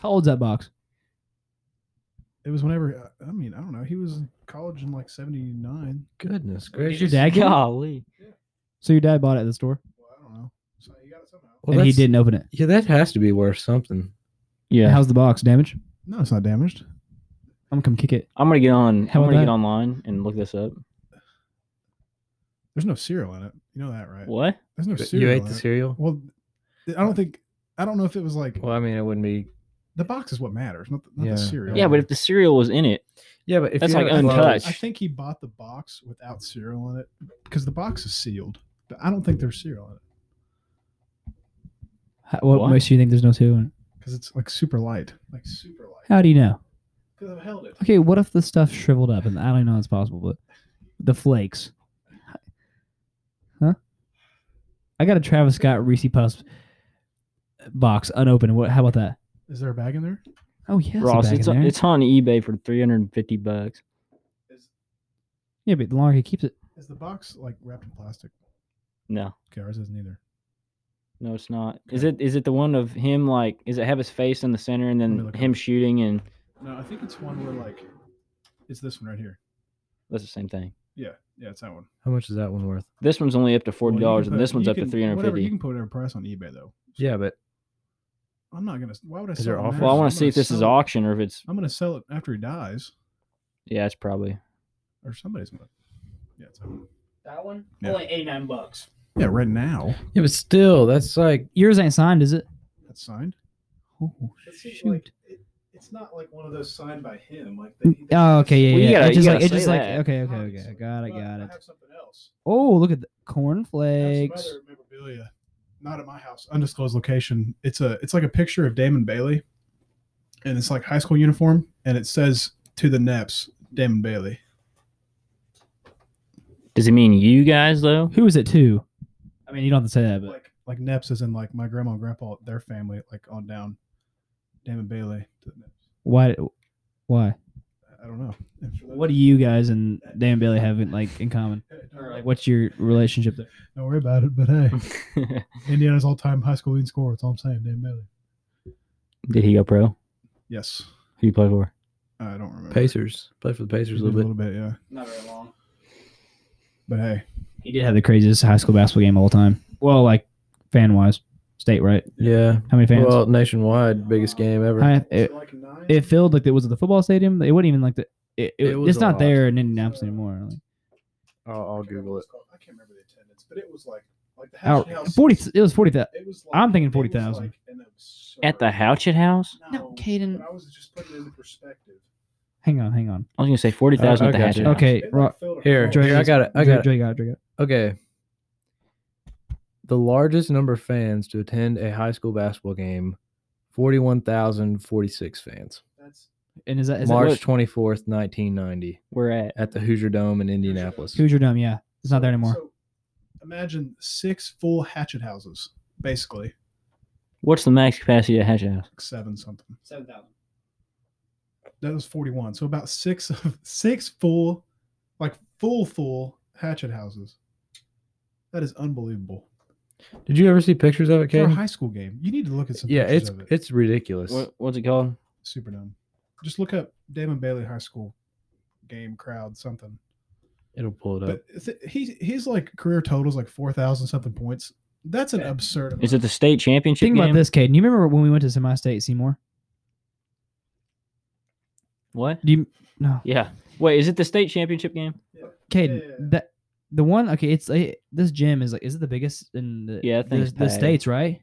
Speaker 3: How old's that box?
Speaker 1: It was whenever. I mean, I don't know. He was in college in like '79.
Speaker 2: Goodness
Speaker 3: Did
Speaker 2: gracious!
Speaker 3: your dad get it?
Speaker 4: Golly.
Speaker 3: So your dad bought it at the store,
Speaker 1: Well, I don't know. So you got it somehow.
Speaker 2: Well,
Speaker 3: and he
Speaker 2: that's-
Speaker 3: didn't open it.
Speaker 2: Yeah, that has to be worth something.
Speaker 4: Yeah,
Speaker 3: How's the box damaged?
Speaker 1: No, it's not damaged.
Speaker 3: I'm gonna come kick it.
Speaker 4: I'm gonna get on.
Speaker 3: How
Speaker 4: I'm
Speaker 3: about
Speaker 4: gonna get
Speaker 3: that?
Speaker 4: online and look this up.
Speaker 1: There's no cereal in it. You know that, right?
Speaker 4: What?
Speaker 1: There's no
Speaker 2: But
Speaker 1: cereal.
Speaker 2: you ate
Speaker 1: in
Speaker 2: the
Speaker 1: it.
Speaker 2: cereal?
Speaker 1: Well, th- I don't think. I don't know if it was like
Speaker 2: Well, I mean, it wouldn't be.
Speaker 1: the box is what matters, not the, not
Speaker 2: Yeah.
Speaker 1: the cereal.
Speaker 4: Yeah, but if the cereal was in it,
Speaker 2: Yeah, but if
Speaker 4: That's
Speaker 2: you
Speaker 4: like
Speaker 2: have clothes-
Speaker 4: untouched.
Speaker 1: I think he bought the box without cereal in it because the box is sealed. But I don't think there's cereal in it
Speaker 3: How, what,
Speaker 4: What?
Speaker 3: makes you think there's no cereal? in it?
Speaker 1: because it's like super light, like super light.
Speaker 3: How do you know?
Speaker 1: Because I've held it.
Speaker 3: Okay, what if the stuff shriveled up? And I don't even know it's possible, but the flakes, huh? I got a Travis Scott Reese Puffs box unopened. What? How about that?
Speaker 1: Is there a bag in there?
Speaker 3: Oh yeah,
Speaker 4: Ross,
Speaker 3: it's,
Speaker 4: it's
Speaker 3: a bag in there.
Speaker 4: it's on eBay for three hundred and fifty bucks.
Speaker 3: yeah, but the longer he keeps it,
Speaker 1: Is the box like wrapped in plastic?
Speaker 4: No,
Speaker 1: Okay, ours isn't either.
Speaker 4: no, it's not. Is it? Is it the one of him like? Is it have his face in the center and
Speaker 1: me
Speaker 4: then
Speaker 1: look it
Speaker 4: him
Speaker 1: up.
Speaker 4: shooting and
Speaker 1: No, I think it's one where like it's this one right here.
Speaker 4: that's the same thing.
Speaker 1: Yeah, yeah, it's that one.
Speaker 2: How much is that one worth?
Speaker 4: This one's only up to
Speaker 1: Well,
Speaker 4: forty
Speaker 1: you
Speaker 4: dollars,
Speaker 1: can
Speaker 4: and
Speaker 1: put-
Speaker 4: this one's
Speaker 1: you
Speaker 4: up to
Speaker 1: can-
Speaker 4: three hundred
Speaker 1: whatever, You
Speaker 4: fifty.
Speaker 1: can put whatever price on eBay though.
Speaker 2: Yeah, but
Speaker 1: I'm not gonna. Why would I?
Speaker 2: Is
Speaker 1: sell
Speaker 2: there
Speaker 1: it
Speaker 2: offer?
Speaker 1: now?
Speaker 4: Well, I
Speaker 1: I'm gonna
Speaker 4: want to see if this is
Speaker 1: sell it-
Speaker 4: auction or if it's.
Speaker 1: I'm gonna sell it after he dies,
Speaker 4: Yeah, it's probably.
Speaker 1: or somebody's gonna. Yeah, it's
Speaker 6: That one?
Speaker 1: Yeah.
Speaker 6: Only 89 bucks.
Speaker 1: yeah. Right now,
Speaker 2: yeah, but still, that's like
Speaker 3: yours ain't signed, is it?
Speaker 1: that's signed.
Speaker 3: Oh shoot.
Speaker 1: it's not like one of those signed by him. Like
Speaker 3: Oh, okay, yeah,
Speaker 4: Well, you
Speaker 3: yeah.
Speaker 4: gotta-
Speaker 3: it's just
Speaker 4: you
Speaker 3: like
Speaker 4: gotta
Speaker 3: it's just
Speaker 4: say
Speaker 3: like
Speaker 4: that.
Speaker 3: okay, okay, okay. Got it, got it.
Speaker 1: something else.
Speaker 3: Oh, look at the cornflakes.
Speaker 1: memorabilia, not at my house, undisclosed location. It's a it's like a picture of Damon Bailey, and it's like high school uniform, and it says to the Neps, Damon Bailey.
Speaker 4: Does it mean you guys though?
Speaker 3: Who is it to? I mean, you don't have to say that, but
Speaker 1: Like like Neps is in like my grandma and grandpa, their family, like on down. Damon Bailey. To the Neps.
Speaker 3: why? Why?
Speaker 1: I don't know.
Speaker 3: What do you guys and Dan Bailey have in, like in common? Or like, what's your relationship there?
Speaker 1: Don't worry about it. But hey,
Speaker 4: Did
Speaker 1: Indiana's all-time high school leading scorer. That's all I'm saying. Damon Bailey.
Speaker 4: he go pro? Who
Speaker 1: Yes.
Speaker 4: you play for?
Speaker 1: I don't remember.
Speaker 2: Pacers. Play for the Pacers
Speaker 1: He
Speaker 2: a
Speaker 1: did
Speaker 2: little bit.
Speaker 1: yeah.
Speaker 3: Not very long.
Speaker 1: But hey,
Speaker 3: He did have the craziest high school basketball game of all time. Well, like fan wise, state right?
Speaker 2: Yeah.
Speaker 3: How many fans?
Speaker 2: Well, nationwide, biggest game ever.
Speaker 3: I- it, it filled like it was at the football stadium. It wasn't even like the. It, it,
Speaker 2: It was
Speaker 3: it's
Speaker 2: a
Speaker 3: not
Speaker 2: lot.
Speaker 3: there in Indianapolis anymore. Like,
Speaker 2: I'll, I'll Google it.
Speaker 1: I can't remember the attendance, but it was like like the
Speaker 3: our, forty. It was forty thousand.
Speaker 1: It was
Speaker 3: I'm thinking 40,000.
Speaker 4: At the Houchet House?
Speaker 3: No, Caden.
Speaker 1: I was just putting it into perspective.
Speaker 3: Hang on, hang on.
Speaker 4: I was gonna say forty thousand
Speaker 2: I-
Speaker 4: at the
Speaker 2: I got
Speaker 4: Hatchet
Speaker 2: you.
Speaker 4: House.
Speaker 3: Okay, Ro-
Speaker 2: Here,
Speaker 3: Dre,
Speaker 2: here, I got it. I got it.
Speaker 3: Dre, got it. Dre got it.
Speaker 2: Okay. The largest number of fans to attend a high school basketball game, 41,046 fans.
Speaker 1: That's
Speaker 3: And is that is
Speaker 2: March
Speaker 4: what-
Speaker 2: 24th, 1990,
Speaker 4: We're at.
Speaker 2: at the Hoosier Dome in Indianapolis.
Speaker 3: that, who's your dumb? Yeah, it's not there anymore.
Speaker 1: So, imagine six full hatchet houses, basically
Speaker 4: What's the max capacity at Hatchet House?
Speaker 1: like seven something.
Speaker 3: Seven thousand.
Speaker 1: That was forty-one. So about six of six full, like full full hatchet houses. That is unbelievable.
Speaker 2: Did you ever see pictures of it,
Speaker 1: For a
Speaker 2: Caden?
Speaker 1: high school game, you need to look at some.
Speaker 2: Yeah,
Speaker 1: pictures
Speaker 2: it's
Speaker 1: of it.
Speaker 2: it's ridiculous.
Speaker 4: What, what's it called?
Speaker 1: super dumb. Just look up Damon Bailey high school game crowd something.
Speaker 2: It'll pull it up.
Speaker 1: But th- he his like career totals like four thousand something points. That's an absurd.
Speaker 4: Is
Speaker 1: amount.
Speaker 4: it the state championship
Speaker 3: Think
Speaker 4: game?
Speaker 3: about this, Caden. You remember when we went to semi-state Seymour?
Speaker 4: What?
Speaker 3: Do you no,
Speaker 4: Yeah. Wait, is it the state championship game?
Speaker 3: Caden?
Speaker 1: Yeah.
Speaker 3: That the one. Okay, it's like, this gym is like is it the biggest in the
Speaker 4: Yeah, I think
Speaker 3: the,
Speaker 4: it's
Speaker 3: the
Speaker 4: packed.
Speaker 3: states, right?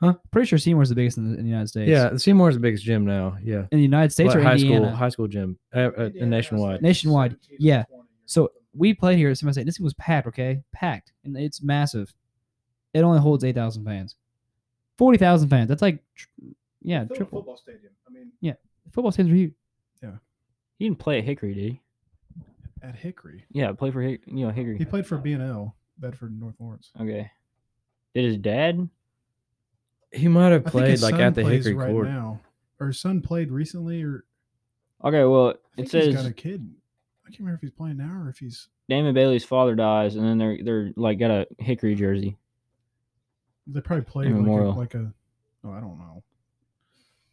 Speaker 2: Huh?
Speaker 3: Pretty sure Seymour's the biggest in the, in the United States.
Speaker 2: yeah, Seymour's the biggest gym now. Yeah,
Speaker 3: in the United States
Speaker 2: Like
Speaker 3: or
Speaker 2: high
Speaker 3: Indiana.
Speaker 2: school high school gym uh, uh,
Speaker 1: Indiana has,
Speaker 2: nationwide.
Speaker 1: like,
Speaker 3: Nationwide,
Speaker 1: 17 or
Speaker 3: yeah.
Speaker 1: 20 or
Speaker 3: So
Speaker 1: something.
Speaker 3: we played here at Semi State. This thing was packed, okay? Packed. And it's massive. It only holds 8,000 fans. 40,000 fans. That's like, tr- yeah,
Speaker 1: Fill a
Speaker 3: triple.
Speaker 1: football stadium. I mean,
Speaker 3: Football stands for you.
Speaker 4: He didn't play at Hickory, did he?
Speaker 1: at Hickory,
Speaker 4: Yeah, play for Hick- you know Hickory.
Speaker 1: he played for B and L Bedford North Lawrence.
Speaker 4: Okay. Did his dad?
Speaker 2: He might have
Speaker 1: I think his
Speaker 2: played like
Speaker 1: son
Speaker 2: at the
Speaker 1: plays
Speaker 2: Hickory
Speaker 1: right
Speaker 2: Court.
Speaker 1: now, or his son played recently, or
Speaker 4: Okay, well,
Speaker 1: I think
Speaker 4: it
Speaker 1: he's got
Speaker 4: says
Speaker 1: a kid. I can't remember if he's playing now or if he's
Speaker 4: Damon Bailey's father dies, and then they're they're like got a Hickory jersey.
Speaker 1: They probably played like a,
Speaker 4: Memorial.
Speaker 1: like a. Oh, I don't know.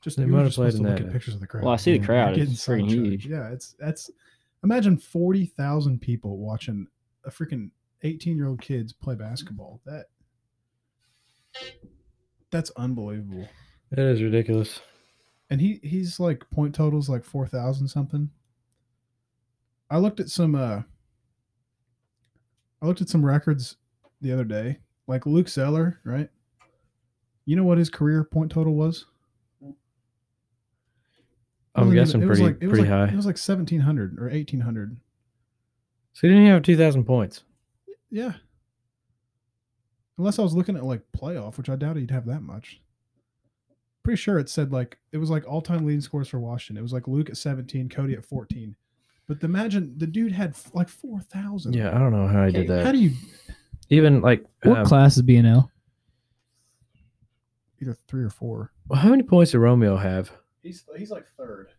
Speaker 1: Just
Speaker 2: They
Speaker 1: you
Speaker 2: might
Speaker 1: were
Speaker 2: have
Speaker 1: just supposed
Speaker 2: played in
Speaker 1: to look
Speaker 2: that.
Speaker 1: at pictures of the crowd.
Speaker 4: Well, I see the
Speaker 1: You're
Speaker 4: crowd.
Speaker 1: getting
Speaker 4: It's freaking
Speaker 1: sidetracked.
Speaker 4: huge.
Speaker 1: Yeah, it's that's. Imagine forty thousand people watching a freaking eighteen-year-old kids play basketball. That. That's unbelievable.
Speaker 2: That is ridiculous.
Speaker 1: And he he's like point totals like four thousand something. I looked at some uh I looked at some records the other day. Like Luke Zeller, right? You know what his career point total was? It
Speaker 2: I'm
Speaker 1: wasn't even-
Speaker 2: guessing
Speaker 1: it was
Speaker 2: pretty
Speaker 1: like- it was
Speaker 2: pretty
Speaker 1: like-
Speaker 2: high.
Speaker 1: It was like seventeen hundred or eighteen hundred.
Speaker 2: so he didn't have two thousand points.
Speaker 1: Yeah. Unless I was looking at like playoff, which I doubt he'd have that much. Pretty sure it said like it was like all time leading scores for Washington. It was like Luke at 17, Cody at 14. But the- imagine the dude had f- like 4,000.
Speaker 2: Yeah, I don't know how I did
Speaker 1: How
Speaker 2: that.
Speaker 1: do you
Speaker 2: Even like
Speaker 3: What
Speaker 2: um,
Speaker 3: class is BNL?
Speaker 1: either three or four?
Speaker 2: well, how many points did Romeo have?
Speaker 1: He's he's like third.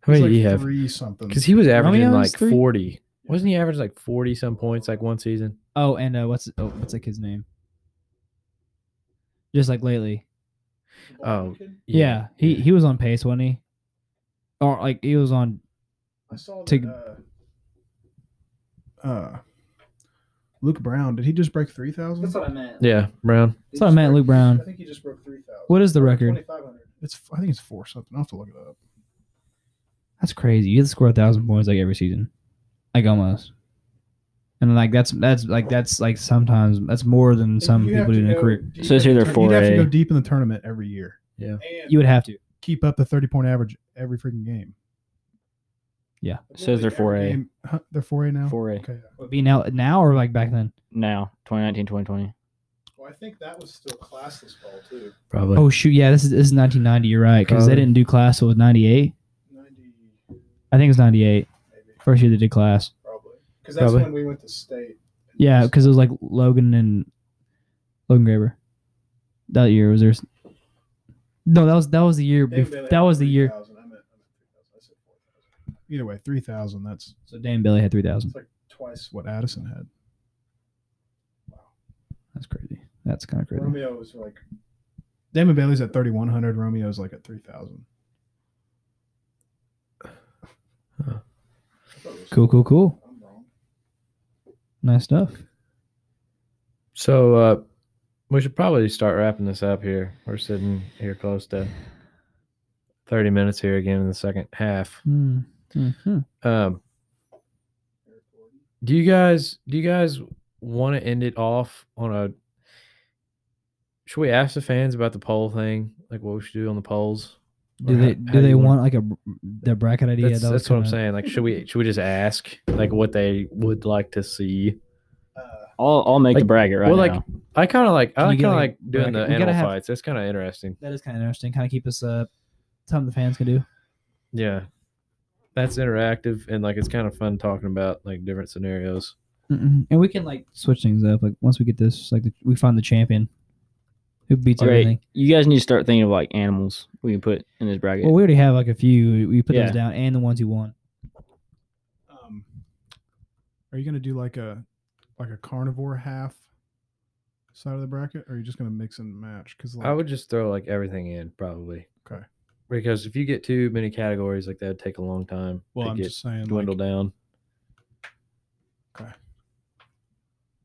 Speaker 2: How many did he
Speaker 1: like
Speaker 2: have?
Speaker 1: Three something.
Speaker 2: Because he was averaging
Speaker 3: Romeo was
Speaker 2: like
Speaker 3: three?
Speaker 2: forty. Wasn't he averaging like forty some points like one season?
Speaker 3: Oh, and uh, what's oh, what's like his name? Just like lately.
Speaker 2: Oh,
Speaker 3: Yeah, he he was on pace, wasn't he? Or like he was on.
Speaker 1: I saw
Speaker 3: to-
Speaker 1: that, uh, uh Luke Brown, did he just break 3,000?
Speaker 6: I meant.
Speaker 2: yeah, Brown.
Speaker 3: That's what I meant, Luke Brown.
Speaker 1: think he just broke 3,000.
Speaker 3: What is the record?
Speaker 1: 2500. It's I think it's four something. I'll have to look it up.
Speaker 3: That's crazy. You get to score a thousand points like every season, like almost. And like that's that's like that's like sometimes that's more than some
Speaker 1: You have
Speaker 3: people
Speaker 1: to
Speaker 3: do in a
Speaker 1: go
Speaker 3: career.
Speaker 1: deep
Speaker 4: Says
Speaker 1: in
Speaker 4: here
Speaker 1: the
Speaker 4: they're
Speaker 1: tour- You'd have to
Speaker 4: 4A.
Speaker 1: go deep in the tournament every year.
Speaker 2: Yeah.
Speaker 1: And
Speaker 3: You would have to.
Speaker 1: keep up the thirty point average every freaking game.
Speaker 3: Yeah.
Speaker 1: I
Speaker 4: Says
Speaker 1: believe
Speaker 4: they're 4A.
Speaker 1: every game- huh, they're four A now.
Speaker 4: 4A.
Speaker 1: Okay.
Speaker 3: Be now now or like back then.
Speaker 4: Now, 2019, 2020.
Speaker 1: Well, I think that was still classless ball too.
Speaker 2: Probably.
Speaker 3: Oh shoot, yeah, this is this is 1990. You're right because they
Speaker 2: Probably.
Speaker 3: didn't do class. So it was 98.
Speaker 1: Ninety
Speaker 3: I think it was 98.
Speaker 1: maybe
Speaker 3: First year they did class.
Speaker 1: probably because
Speaker 2: that's Probably. when
Speaker 1: we went to state.
Speaker 3: Yeah, because it was like Logan and Logan Graber. That year was there's. No, that was that was the year. Bef- that was the year.
Speaker 1: Either way, three thousand. That's
Speaker 3: So Dan Bailey had three thousand.
Speaker 1: it's like twice what Addison had.
Speaker 3: That's crazy. That's kind of crazy.
Speaker 1: Romeo was like Damon Bailey's at thirty one hundred. Romeo's like at three thousand.
Speaker 2: Huh.
Speaker 3: Cool, cool, cool.
Speaker 1: I'm wrong.
Speaker 3: Nice stuff.
Speaker 2: So uh, we should probably start wrapping this up here. We're sitting here close to thirty minutes here again in the second half.
Speaker 3: Hmm. Mhm.
Speaker 2: Um, do you guys do you guys want to end it off on a? Should we ask the fans about the poll thing, like what we should do on the polls? Or
Speaker 3: Do
Speaker 2: how-
Speaker 3: they
Speaker 2: how
Speaker 3: do they
Speaker 2: you
Speaker 3: want like a br- their bracket idea?
Speaker 2: That's,
Speaker 3: That was
Speaker 2: that's what I'm
Speaker 3: kinda-
Speaker 2: saying. Like, should we should we just ask like what they would like to see?
Speaker 4: I'll I'll make
Speaker 2: Like-
Speaker 4: the bracket right
Speaker 2: well,
Speaker 4: now.
Speaker 2: like I kind of like
Speaker 3: Can
Speaker 2: I
Speaker 3: you
Speaker 2: kind
Speaker 3: get,
Speaker 2: of
Speaker 3: like,
Speaker 2: like doing
Speaker 3: bracket-
Speaker 2: the
Speaker 3: we gotta
Speaker 2: animal
Speaker 3: have-
Speaker 2: fights. That's kind of interesting.
Speaker 3: That is kind of interesting. Kind of keep us uh, something the fans can do.
Speaker 2: Yeah, that's interactive and like it's kind of fun talking about like different scenarios.
Speaker 3: Mm-mm. And we can like switch things up. Like once we get this, like the, we find the champion who beats
Speaker 4: All right,
Speaker 3: everything.
Speaker 4: you guys need to start thinking of like animals we can put in this bracket.
Speaker 3: Well, we already have like a few. We put
Speaker 4: Yeah.
Speaker 3: those down and the ones who won.
Speaker 1: Um, are you gonna do like a like a carnivore half, side of the bracket, or are you just gonna mix and match? Because like,
Speaker 2: I would just throw like everything in probably.
Speaker 1: Okay.
Speaker 2: Because if you get too many categories, like that would take a long time
Speaker 1: well,
Speaker 2: to
Speaker 1: I'm
Speaker 2: get
Speaker 1: just saying, like,
Speaker 2: dwindled down.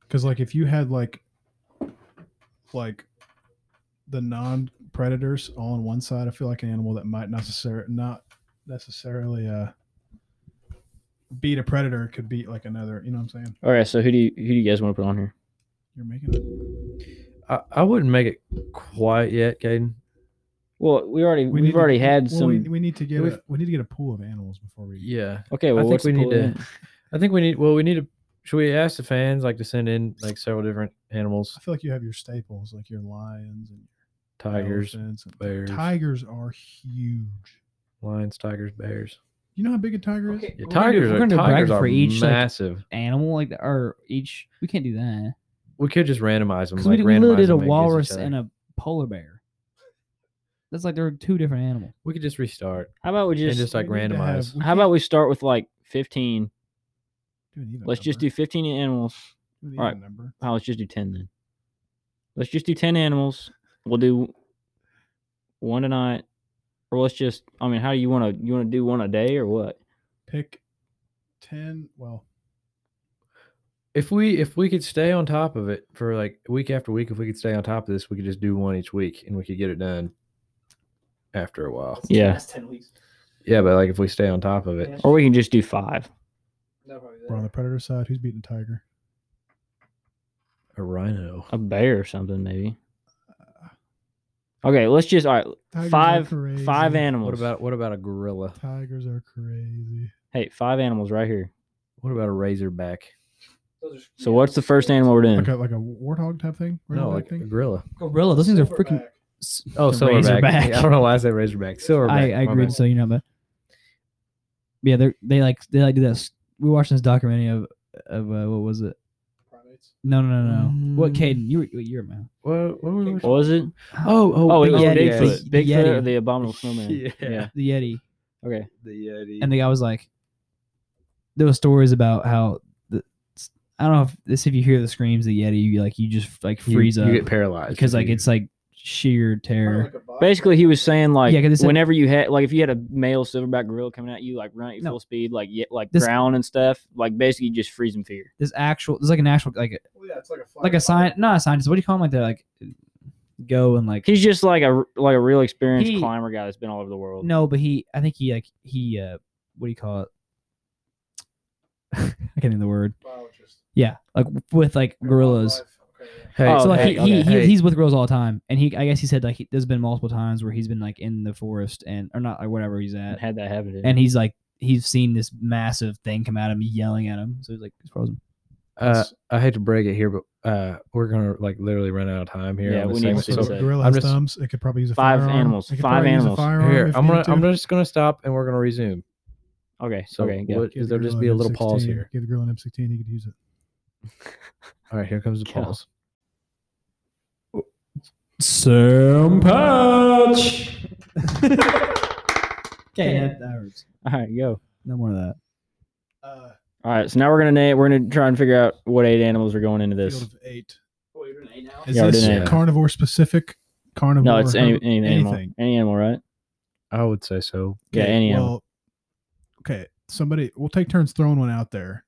Speaker 1: Because like if you had like like the non predators all on one side, I feel like an animal that might not necessarily not necessarily uh beat a predator could beat like another. You know what I'm saying?
Speaker 4: All right, so who do you who do you guys want to put on here?
Speaker 1: You're making it.
Speaker 2: I, I wouldn't make it quite yet, Caden.
Speaker 4: Well, we already we
Speaker 1: need
Speaker 4: have
Speaker 1: to-
Speaker 4: already had
Speaker 1: well,
Speaker 4: some.
Speaker 1: We, we need to get
Speaker 2: We've-
Speaker 1: a, we need to get a pool of animals before we.
Speaker 2: Yeah.
Speaker 4: okay, well,
Speaker 2: I think
Speaker 4: what's
Speaker 2: we
Speaker 4: the
Speaker 2: need
Speaker 4: pool
Speaker 2: to.
Speaker 4: then?
Speaker 2: I think we need. Well, we need to. Should we ask the fans like to send in like several different animals,
Speaker 1: I feel like you have your staples like your lions and your
Speaker 2: tigers,
Speaker 1: elephants and-
Speaker 2: bears,
Speaker 1: Tigers are huge.
Speaker 2: lions, tigers, bears?
Speaker 1: You know how big a tiger is?
Speaker 2: Yeah,
Speaker 3: we're gonna do-
Speaker 2: tigers
Speaker 3: we're
Speaker 2: are
Speaker 3: gonna do a
Speaker 2: tigers
Speaker 3: bracket
Speaker 2: are
Speaker 3: for each, like-
Speaker 2: massive.
Speaker 3: Animal like or each we can't do that
Speaker 2: we could just randomize them.
Speaker 3: because
Speaker 2: Like
Speaker 3: we, we
Speaker 2: randomize
Speaker 3: literally did a
Speaker 2: them against each
Speaker 3: walrus
Speaker 2: other.
Speaker 3: and a polar bear. That's like they're two different animals.
Speaker 2: We could just restart
Speaker 4: How about we
Speaker 2: and
Speaker 4: just,
Speaker 2: just like
Speaker 1: we need to
Speaker 2: randomize.
Speaker 1: have- we
Speaker 4: how
Speaker 1: can't
Speaker 4: about we start with like fifteen?
Speaker 1: do an even
Speaker 4: Let's just
Speaker 1: number.
Speaker 4: do fifteen animals.
Speaker 1: Do an
Speaker 4: all right.
Speaker 1: even number.
Speaker 4: Oh, let's just do ten then. Let's just do ten animals. We'll do one tonight, or let's just. I mean, how do you want to? You want to do one a day or what?
Speaker 1: Pick ten. Well,
Speaker 2: If we if we could stay on top of it for like week after week, if we could stay on top of this, we could just do one each week and we could get it done after a while.
Speaker 4: Yeah,
Speaker 2: Yeah, but like if we stay on top of it,
Speaker 4: or we can just do five.
Speaker 1: we're on the predator side. Who's beating the tiger?
Speaker 2: a rhino.
Speaker 4: a bear or something maybe. Okay, let's just all right.
Speaker 1: Tigers are
Speaker 4: five five
Speaker 1: crazy.
Speaker 4: animals.
Speaker 2: What about what about a gorilla?
Speaker 1: Tigers are crazy.
Speaker 4: hey five animals right here?
Speaker 2: What about a razorback?
Speaker 4: So what's the first animal we're doing?
Speaker 1: Like a like a warthog type thing.
Speaker 2: No,
Speaker 1: Rattlesnake
Speaker 2: like a
Speaker 1: thing?
Speaker 2: gorilla.
Speaker 3: Gorilla. Those things are freaking. s-
Speaker 2: Oh,
Speaker 3: the
Speaker 2: silverback.
Speaker 3: razorback.
Speaker 2: Yeah, I don't know why I said razorback. Silverback.
Speaker 3: I, I
Speaker 2: my
Speaker 3: agreed,
Speaker 2: bad.
Speaker 3: so you know, but yeah, they they like they like do this. We watched this documentary of of uh, what was it? No, no, no, no. What, Caden? You were you were man.
Speaker 2: What, what were we-
Speaker 4: What was it?
Speaker 2: Oh, oh,
Speaker 4: Oh, it was
Speaker 2: Big
Speaker 3: Yeti.
Speaker 2: Daddy.
Speaker 4: Bigfoot.
Speaker 3: The- the
Speaker 4: Bigfoot or
Speaker 3: Yeti.
Speaker 4: the abominable snowman.
Speaker 2: Yeah.
Speaker 3: The Yeti,
Speaker 4: Okay.
Speaker 2: The Yeti.
Speaker 3: and the guy was like, there was stories about how the I don't know if this if you hear the screams of the Yeti, you like you just like
Speaker 2: You-
Speaker 3: freeze
Speaker 2: you,
Speaker 3: up
Speaker 2: get paralyzed
Speaker 3: because
Speaker 2: if
Speaker 3: like
Speaker 2: you-
Speaker 3: it's like sheer terror.
Speaker 4: Basically, he was saying like
Speaker 3: Yeah, 'cause it said-
Speaker 4: whenever you had like if you had a male silverback gorilla coming at you like run at you
Speaker 3: No.
Speaker 4: full speed like ye- like
Speaker 3: This-
Speaker 4: ground and stuff like basically you just freeze in fear.
Speaker 3: This actual, there's like an actual like
Speaker 1: yeah, it's like a
Speaker 3: like a science, not a scientist. What do you call him? Like they're like go and like
Speaker 4: He's just like a like a real experienced
Speaker 3: He-
Speaker 4: climber guy that's been all over the world.
Speaker 3: No, but he. I think he like he. uh What do you call it? I can't think of the word. Yeah, like with like gorillas.
Speaker 2: Hey,
Speaker 4: Oh,
Speaker 3: so like
Speaker 4: okay,
Speaker 3: he,
Speaker 4: okay.
Speaker 3: he, he
Speaker 2: Hey,
Speaker 3: he's with gorillas all the time, and he I guess he said like he, there's been multiple times where he's been like in the forest and or not or whatever he's
Speaker 4: And
Speaker 3: at,
Speaker 4: had that happen. to him.
Speaker 3: and he's like he's seen this massive thing come at him yelling at him. So he's like he's frozen.
Speaker 2: uh, I hate to break it here, but uh, we're gonna like literally run out of time here.
Speaker 4: Yeah,
Speaker 2: on
Speaker 4: we
Speaker 2: this
Speaker 4: need
Speaker 2: segment,
Speaker 4: to-
Speaker 2: so
Speaker 4: so-
Speaker 1: gorilla
Speaker 2: I'm
Speaker 1: has
Speaker 2: just-
Speaker 1: thumbs. It could probably use a
Speaker 4: Five
Speaker 1: firearm.
Speaker 4: animals,
Speaker 1: It could
Speaker 4: five
Speaker 1: probably use a
Speaker 4: animals.
Speaker 1: firearm
Speaker 2: here
Speaker 1: if
Speaker 2: I'm
Speaker 1: you
Speaker 2: gonna
Speaker 1: need
Speaker 2: I'm
Speaker 1: to.
Speaker 2: just gonna stop and we're gonna resume.
Speaker 4: okay.
Speaker 2: So
Speaker 4: okay. Go.
Speaker 2: what-
Speaker 1: Give the
Speaker 2: there'll just
Speaker 1: gorilla
Speaker 2: be a little
Speaker 1: an
Speaker 2: pause
Speaker 1: M16.
Speaker 2: here.
Speaker 1: Give the girl an M16. He could use it.
Speaker 2: All right, here comes the
Speaker 4: Cow.
Speaker 2: pause.
Speaker 3: Sam Patch. okay, that, that hurts.
Speaker 4: All right. Go.
Speaker 3: No more of that.
Speaker 1: Uh,
Speaker 4: All right, so now we're gonna name, we're gonna try and figure out what eight animals are going into this.
Speaker 1: Field of eight. Is
Speaker 4: Yeah, we're
Speaker 1: this
Speaker 4: doing eight.
Speaker 1: carnivore specific? Carnivore?
Speaker 4: No, it's any,
Speaker 1: herb-
Speaker 4: any animal,
Speaker 1: anything.
Speaker 4: any animal, right?
Speaker 2: I would say so.
Speaker 4: Yeah,
Speaker 1: Okay,
Speaker 4: any animal.
Speaker 1: Well, okay, somebody. We'll take turns throwing one out there.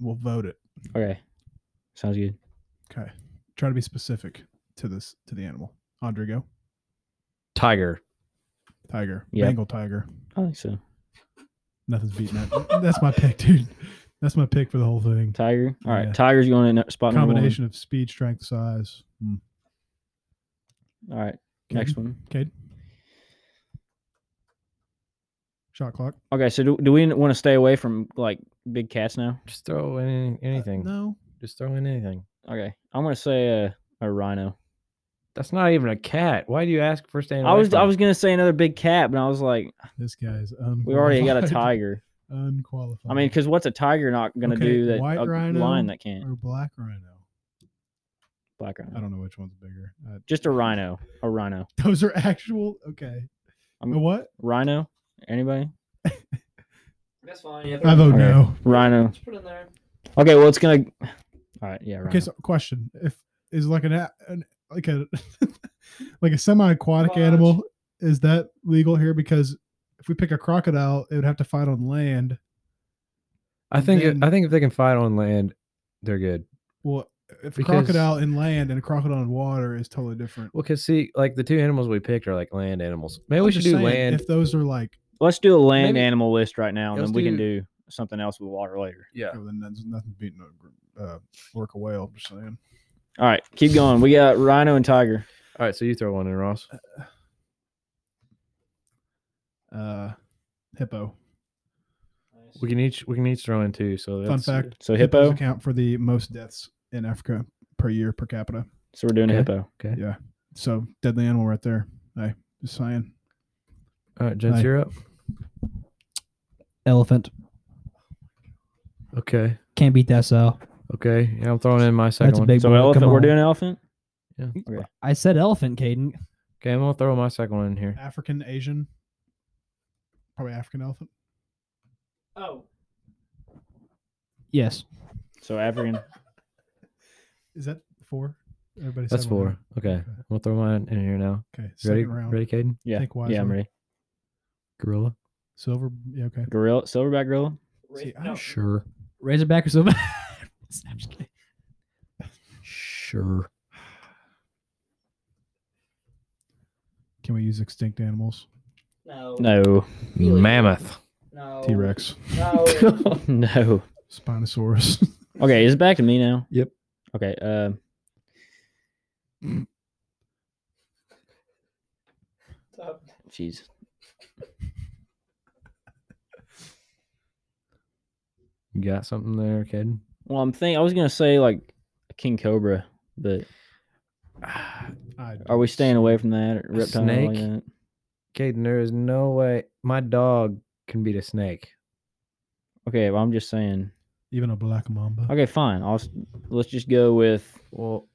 Speaker 1: We'll vote it.
Speaker 4: Okay, sounds good.
Speaker 1: Okay. Try to be specific to this to the animal. Andre, go.
Speaker 2: Tiger.
Speaker 1: Tiger.
Speaker 4: Yep.
Speaker 1: Bengal tiger.
Speaker 4: I think so.
Speaker 1: Nothing's beating that. That's my pick, dude. That's my pick for the whole thing.
Speaker 4: Tiger. All right,
Speaker 1: Yeah.
Speaker 4: tiger's going in uh, spot number one.
Speaker 1: Combination of speed, strength, size. Mm.
Speaker 4: All right, next one.
Speaker 1: Cade. Shot clock. Uh,
Speaker 4: Okay, so do, do we want to stay away from like big cats now?
Speaker 2: Just throw
Speaker 1: Uh,
Speaker 2: in anything.
Speaker 1: no.
Speaker 2: Just throw in anything.
Speaker 4: Okay, I'm gonna say a, a rhino.
Speaker 2: That's not even a cat. Why do you ask for staying?
Speaker 4: I
Speaker 2: away
Speaker 4: was
Speaker 2: from
Speaker 4: I
Speaker 2: it?
Speaker 4: was gonna say another big cat, but I was like,
Speaker 1: This guy's unqualified.
Speaker 4: we already got a tiger.
Speaker 1: Unqualified.
Speaker 4: I mean, because what's a tiger not gonna
Speaker 1: Okay,
Speaker 4: do that
Speaker 1: white
Speaker 4: a
Speaker 1: rhino
Speaker 4: lion that can't?
Speaker 1: or black rhino.
Speaker 4: Black rhino.
Speaker 1: I don't know which one's bigger. Uh,
Speaker 4: Just a rhino. A rhino.
Speaker 1: those are actual. Okay.
Speaker 4: I'm-
Speaker 1: A what?
Speaker 4: Rhino. Anybody?
Speaker 6: That's fine. Yeah,
Speaker 1: I vote
Speaker 4: Okay.
Speaker 1: no.
Speaker 4: Rhino.
Speaker 6: Just put it in there.
Speaker 4: Okay, well, it's gonna. All right, yeah, right.
Speaker 1: Okay, so question: If is like an, a- an like a like a semi-aquatic animal. Is that legal here? Because if we pick a crocodile, it would have to fight on land.
Speaker 2: I think
Speaker 1: then-
Speaker 2: I think if they can fight on land, they're good.
Speaker 1: Well, if
Speaker 2: Because-
Speaker 1: crocodile in land and a crocodile in water is totally different.
Speaker 2: Well, cause see, like the two animals we picked are like land animals. Maybe
Speaker 1: I'm
Speaker 2: we should
Speaker 1: just
Speaker 2: do
Speaker 1: saying,
Speaker 2: land.
Speaker 1: If those are like,
Speaker 4: Let's do a land
Speaker 2: Maybe-
Speaker 4: animal list right now, and
Speaker 2: Let's
Speaker 4: then we can
Speaker 2: do-
Speaker 4: do something else with water later.
Speaker 2: yeah.
Speaker 1: oh, then that's nothing beating a uh, orca whale. I'm just saying.
Speaker 4: All right, keep going. We got rhino and tiger.
Speaker 2: All right. So you throw one in, Ross.
Speaker 1: Uh, hippo.
Speaker 2: We can each we can each throw in two. So that's,
Speaker 1: Fun fact:
Speaker 4: So
Speaker 1: hippos
Speaker 4: hippo.
Speaker 1: account for the most deaths in Africa per year per capita.
Speaker 4: So we're doing a
Speaker 2: Okay.
Speaker 4: hippo.
Speaker 2: Okay.
Speaker 1: Yeah. So deadly animal right there. Hey, just saying.
Speaker 2: All right, Jens,
Speaker 1: Aye.
Speaker 2: you're up.
Speaker 3: Elephant.
Speaker 2: Okay.
Speaker 3: Can't beat that, Sal.
Speaker 2: Okay. Yeah, I'm throwing in my second
Speaker 3: That's a
Speaker 2: one.
Speaker 3: big
Speaker 4: So
Speaker 3: boy.
Speaker 4: elephant.
Speaker 3: Come
Speaker 4: We're
Speaker 3: on.
Speaker 4: doing elephant.
Speaker 2: Yeah.
Speaker 4: Okay.
Speaker 3: I said elephant, Caden.
Speaker 2: Okay, I'm gonna throw my second one in here.
Speaker 1: African, Asian, probably African elephant.
Speaker 3: Yes.
Speaker 4: So African.
Speaker 1: Is that four? Everybody.
Speaker 2: That's
Speaker 1: said one,
Speaker 2: four.
Speaker 1: right?
Speaker 2: Okay. I'm gonna throw mine in here now.
Speaker 1: Okay.
Speaker 2: You
Speaker 1: Second
Speaker 2: ready?
Speaker 1: round.
Speaker 2: Ready, Caden?
Speaker 4: Yeah.
Speaker 1: Think
Speaker 4: Yeah, I'm
Speaker 1: wisely.
Speaker 4: ready.
Speaker 2: Gorilla.
Speaker 1: Silver. Yeah. Okay.
Speaker 4: Gorilla, silverback gorilla.
Speaker 1: See, I don't-
Speaker 2: Sure.
Speaker 3: Razorback or something. I'm just kidding.
Speaker 2: Sure.
Speaker 1: Can we use extinct animals?
Speaker 6: No.
Speaker 4: No,
Speaker 6: Really?
Speaker 2: Mammoth.
Speaker 6: No.
Speaker 5: Oh.
Speaker 1: T Rex,
Speaker 6: No.
Speaker 4: no.
Speaker 1: Spinosaurus.
Speaker 4: Okay, is it back to me now?
Speaker 2: Yep.
Speaker 4: Okay. Um. Jeez.
Speaker 2: You got something there, Caden?
Speaker 4: Well, I'm think I was gonna say like a king cobra, but
Speaker 1: I
Speaker 4: are we staying away from that or
Speaker 2: A
Speaker 4: reptile? like
Speaker 2: snake?
Speaker 4: that?
Speaker 2: Caden, there is no way my dog can beat a snake.
Speaker 4: Okay, well, I'm just saying.
Speaker 1: Even a black mamba.
Speaker 4: Okay, fine. I'll s- let's just go with
Speaker 2: Well,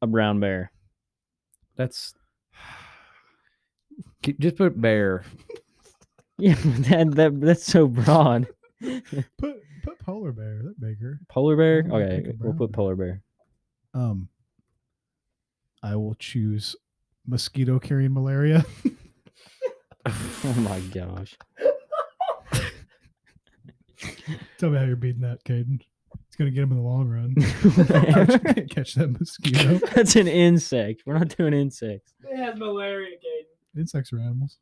Speaker 4: a brown bear.
Speaker 2: that's K- just put bear.
Speaker 4: Yeah, but that, that that's so broad.
Speaker 1: Put put polar bear. They're bigger.
Speaker 4: Polar bear.
Speaker 1: Why would I pick
Speaker 4: Okay,
Speaker 1: a
Speaker 4: we'll
Speaker 1: brown
Speaker 4: put
Speaker 1: bear?
Speaker 4: polar bear.
Speaker 1: Um, I will choose mosquito carrying malaria.
Speaker 4: Oh my gosh.
Speaker 1: Tell me how you're beating that, Caden. It's gonna get him in the long run.
Speaker 4: Whatever.
Speaker 1: Catch that mosquito.
Speaker 4: That's an insect. We're not doing insects.
Speaker 6: It has malaria, Caden.
Speaker 1: Insects are animals.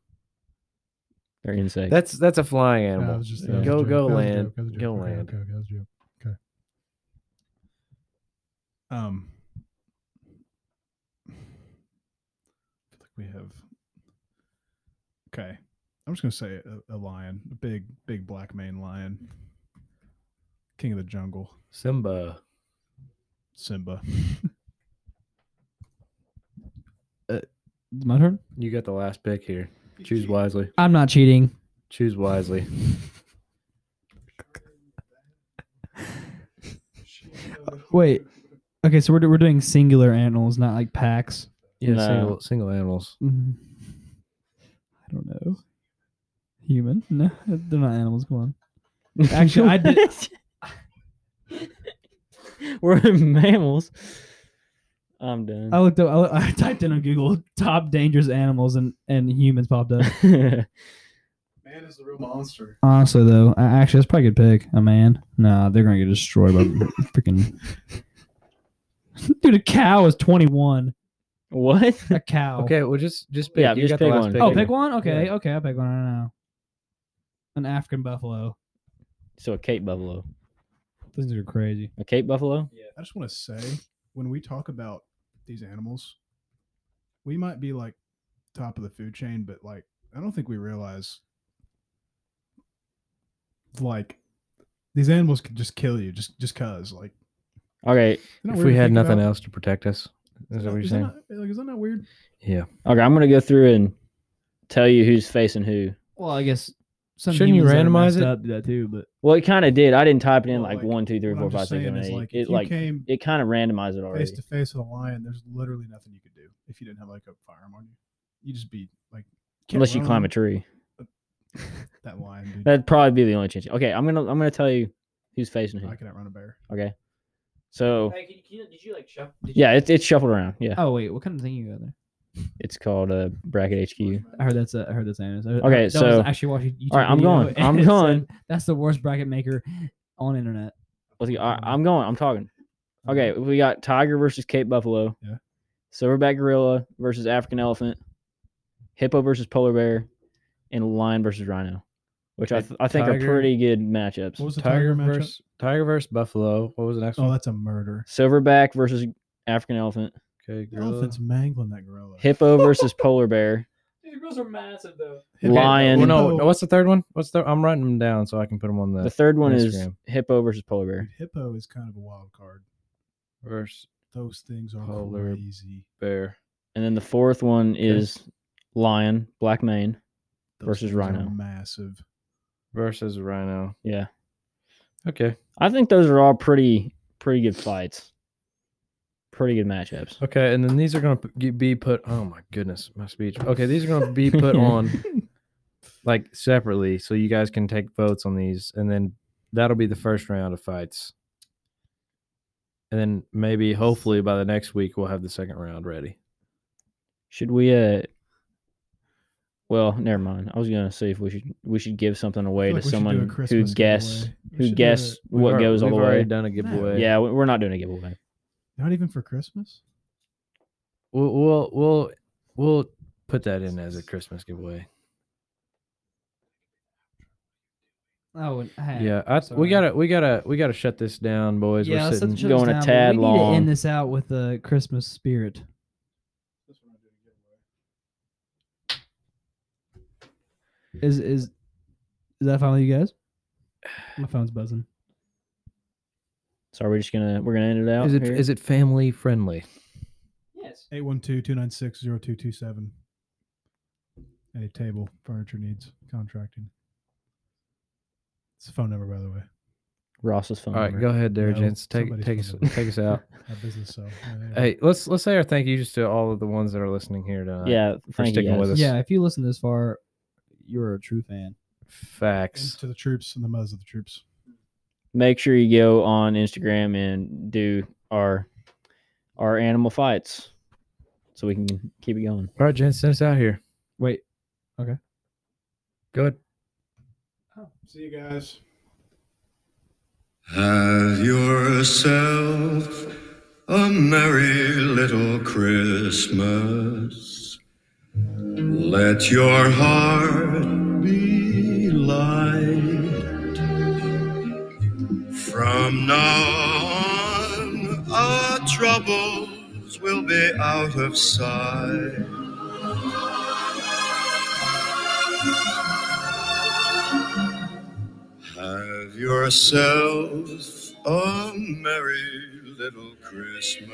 Speaker 4: They're insects.
Speaker 2: That's that's a flying
Speaker 1: No,
Speaker 2: animal.
Speaker 1: I was just,
Speaker 2: Yeah.
Speaker 1: that was a
Speaker 2: Go-
Speaker 1: joke.
Speaker 2: go
Speaker 1: That was a
Speaker 2: land.
Speaker 1: joke. That was a joke.
Speaker 2: Go
Speaker 1: Okay,
Speaker 2: land.
Speaker 1: Okay, okay, that was a joke. Okay. Um, I feel like we have. Okay, I'm just gonna say a, a lion, a big, big black mane lion, king of the jungle,
Speaker 2: Simba.
Speaker 1: Simba.
Speaker 3: It's my turn.
Speaker 2: You got the last pick here. Choose wisely.
Speaker 3: I'm not cheating.
Speaker 2: Choose wisely.
Speaker 3: Wait. Okay, so we're, do- we're doing singular animals, not like packs.
Speaker 2: Yeah,
Speaker 4: No.
Speaker 2: single single animals.
Speaker 3: Mhm. I don't know. Human? No, they're not animals. Come on. Actually, I did-
Speaker 4: We're mammals. I'm done.
Speaker 3: I looked up. I, loo- I typed in on Google "top dangerous animals" and and humans popped up.
Speaker 1: Oh. Man is the real monster.
Speaker 3: Honestly, though, I, actually, that's probably a good pick. A man? Nah, they're gonna get destroyed by freaking. Dude, a cow is twenty one.
Speaker 4: what?
Speaker 3: A cow.
Speaker 2: Okay, well just just pick.
Speaker 4: Yeah,
Speaker 2: you
Speaker 4: just
Speaker 2: got the
Speaker 4: pick
Speaker 2: last
Speaker 4: one.
Speaker 2: pick.
Speaker 3: Oh,
Speaker 2: here.
Speaker 3: pick one. Okay, okay, I'll pick one. I don't know. An African buffalo.
Speaker 4: So a Cape Buffalo.
Speaker 3: Those things are crazy.
Speaker 4: A Cape Buffalo?
Speaker 1: I just want to say when we talk about these animals, we might be like top of the food chain, but like I don't think we realize like these animals could just kill you just just cause like
Speaker 4: Okay.
Speaker 1: isn't that
Speaker 2: If
Speaker 1: weird
Speaker 2: we
Speaker 1: to
Speaker 2: had
Speaker 1: think
Speaker 2: nothing
Speaker 1: about?
Speaker 2: else to protect us, is that what you're
Speaker 1: Is that
Speaker 2: saying?
Speaker 1: not, like, is that not weird?
Speaker 2: yeah.
Speaker 4: Okay, I'm gonna go through and tell you who's facing who.
Speaker 3: Well, I guess some
Speaker 2: Shouldn't you
Speaker 3: humans that are
Speaker 2: randomize
Speaker 3: messed
Speaker 2: it?
Speaker 3: Up do that too, but
Speaker 4: Well, it kind of did. I didn't type it in
Speaker 1: Well,
Speaker 4: like
Speaker 1: like,
Speaker 4: one, two, three,
Speaker 1: What
Speaker 4: four,
Speaker 1: I'm
Speaker 4: five,
Speaker 1: just
Speaker 4: six,
Speaker 1: saying
Speaker 4: seven,
Speaker 1: is
Speaker 4: eight.
Speaker 1: like if
Speaker 4: It
Speaker 1: you
Speaker 4: like
Speaker 1: came
Speaker 4: it kind of randomized it already.
Speaker 1: face to face with a lion, there's literally nothing you could do if you didn't have like a firearm on you. You just be like can't
Speaker 4: Unless you
Speaker 1: run.
Speaker 4: climb a tree.
Speaker 1: that lion, dude.
Speaker 4: That'd probably be the only change. Okay, I'm gonna I'm gonna tell you who's facing who.
Speaker 1: I can outrun a bear.
Speaker 4: Okay. So
Speaker 6: Hey, can you, did you like shuffle?
Speaker 4: yeah, it's it's shuffled around. Yeah,
Speaker 3: Oh wait, what kind of thing you got there?
Speaker 4: it's called uh, bracket HQ.
Speaker 3: I heard that's. A, I heard that's Anus. I,
Speaker 4: Okay,
Speaker 3: I, that
Speaker 4: so-
Speaker 3: was actually watching YouTube.
Speaker 4: All right, I'm
Speaker 3: video,
Speaker 4: going.
Speaker 3: and
Speaker 4: I'm
Speaker 3: it said,
Speaker 4: going.
Speaker 3: That's the worst bracket maker on internet.
Speaker 4: Let's get, all right, I'm going. I'm talking. Okay, we got tiger versus Cape buffalo.
Speaker 1: Yeah.
Speaker 4: Silverback gorilla versus African elephant. Hippo versus polar bear, and lion versus rhino, which I,
Speaker 2: Okay,
Speaker 4: th- I think
Speaker 2: tiger-
Speaker 4: are pretty good matchups.
Speaker 1: What was the tiger,
Speaker 2: Tiger
Speaker 1: matchup?
Speaker 2: versus Tiger versus Buffalo. What was the next one?
Speaker 1: Oh, that's a murder.
Speaker 4: Silverback versus African elephant.
Speaker 2: okay,
Speaker 1: The
Speaker 2: gorilla.
Speaker 1: elephant's mangling that gorilla.
Speaker 4: Hippo versus polar bear.
Speaker 6: These girls are massive though.
Speaker 1: Hippo-
Speaker 4: lion.
Speaker 2: Well, no,
Speaker 1: Hippo-
Speaker 2: what's the third one? What's the? I'm writing them down so I can put them on the,
Speaker 4: The third one is
Speaker 2: Instagram.
Speaker 4: hippo versus polar bear.
Speaker 1: Hippo is kind of a wild card.
Speaker 2: verse
Speaker 1: Those things are
Speaker 2: Polar
Speaker 1: crazy.
Speaker 2: bear.
Speaker 4: And then the fourth one is lion, black mane.
Speaker 1: Those
Speaker 4: versus
Speaker 1: things are
Speaker 4: rhino.
Speaker 1: massive.
Speaker 2: versus Rhino.
Speaker 4: Yeah.
Speaker 2: Okay.
Speaker 4: I think those are all pretty pretty good fights. Pretty good matchups.
Speaker 2: Okay. And then these are going to be put. Oh my goodness, my speech. Okay, these are going to be put on like separately, so you guys can take votes on these, and then that'll be the first round of fights. And then maybe, hopefully, by the next week, we'll have the second round ready.
Speaker 4: Should we uh well, never mind. I was gonna see if we should we should give something
Speaker 1: I
Speaker 4: away
Speaker 1: feel like
Speaker 4: to
Speaker 1: we should do a
Speaker 4: someone who
Speaker 1: Christmas
Speaker 4: guess
Speaker 1: giveaway. We should
Speaker 4: who
Speaker 1: do
Speaker 4: guess
Speaker 1: it-
Speaker 2: We've
Speaker 4: what
Speaker 2: alre-
Speaker 4: goes all the
Speaker 2: we've already
Speaker 4: way.
Speaker 2: Done a giveaway.
Speaker 4: Yeah, we- we're not doing a giveaway.
Speaker 1: Not even for Christmas.
Speaker 2: We'll we'll we'll, we'll put that in as a Christmas giveaway.
Speaker 3: Oh, and- hey.
Speaker 2: Yeah, I, th- we
Speaker 3: sorry.
Speaker 2: gotta we gotta we gotta shut this down, boys.
Speaker 3: Yeah,
Speaker 2: We're
Speaker 3: let's let
Speaker 2: sitting.
Speaker 3: the shows
Speaker 4: going a
Speaker 3: down, but
Speaker 4: tad
Speaker 3: we need to
Speaker 4: long.
Speaker 3: end this out with the Christmas spirit. Is is is that fine with you guys? My phone's buzzing.
Speaker 4: So are we just gonna we're gonna end it out?
Speaker 2: Is it
Speaker 4: here?
Speaker 2: is it family friendly?
Speaker 6: Yes.
Speaker 1: 812-296-0227. Any table furniture needs contracting. It's a phone number, by the way.
Speaker 4: Ross's phone?
Speaker 2: All right,
Speaker 4: number.
Speaker 2: go ahead, there,
Speaker 1: No,
Speaker 2: gents. Take
Speaker 1: somebody's
Speaker 2: take us
Speaker 1: phone number.
Speaker 2: take us out.
Speaker 1: My business uh, cell.
Speaker 2: hey, let's let's say our thank yous to all of the ones that are listening here tonight.
Speaker 4: Yeah, thank you
Speaker 2: sticking
Speaker 4: guys.
Speaker 2: with us.
Speaker 3: Yeah, if you listen this far, you're a true fan.
Speaker 2: facts.
Speaker 1: to the troops and the muzz of the troops.
Speaker 4: Make sure you go on Instagram and do our our animal fights so we can keep it going.
Speaker 2: All right, gents, send us out here.
Speaker 3: Wait,
Speaker 2: Go ahead.
Speaker 1: See you guys.
Speaker 8: Have yourself a merry little Christmas. Let your heart be light. From now on, our troubles will be out of sight. Have yourself a merry little Christmas.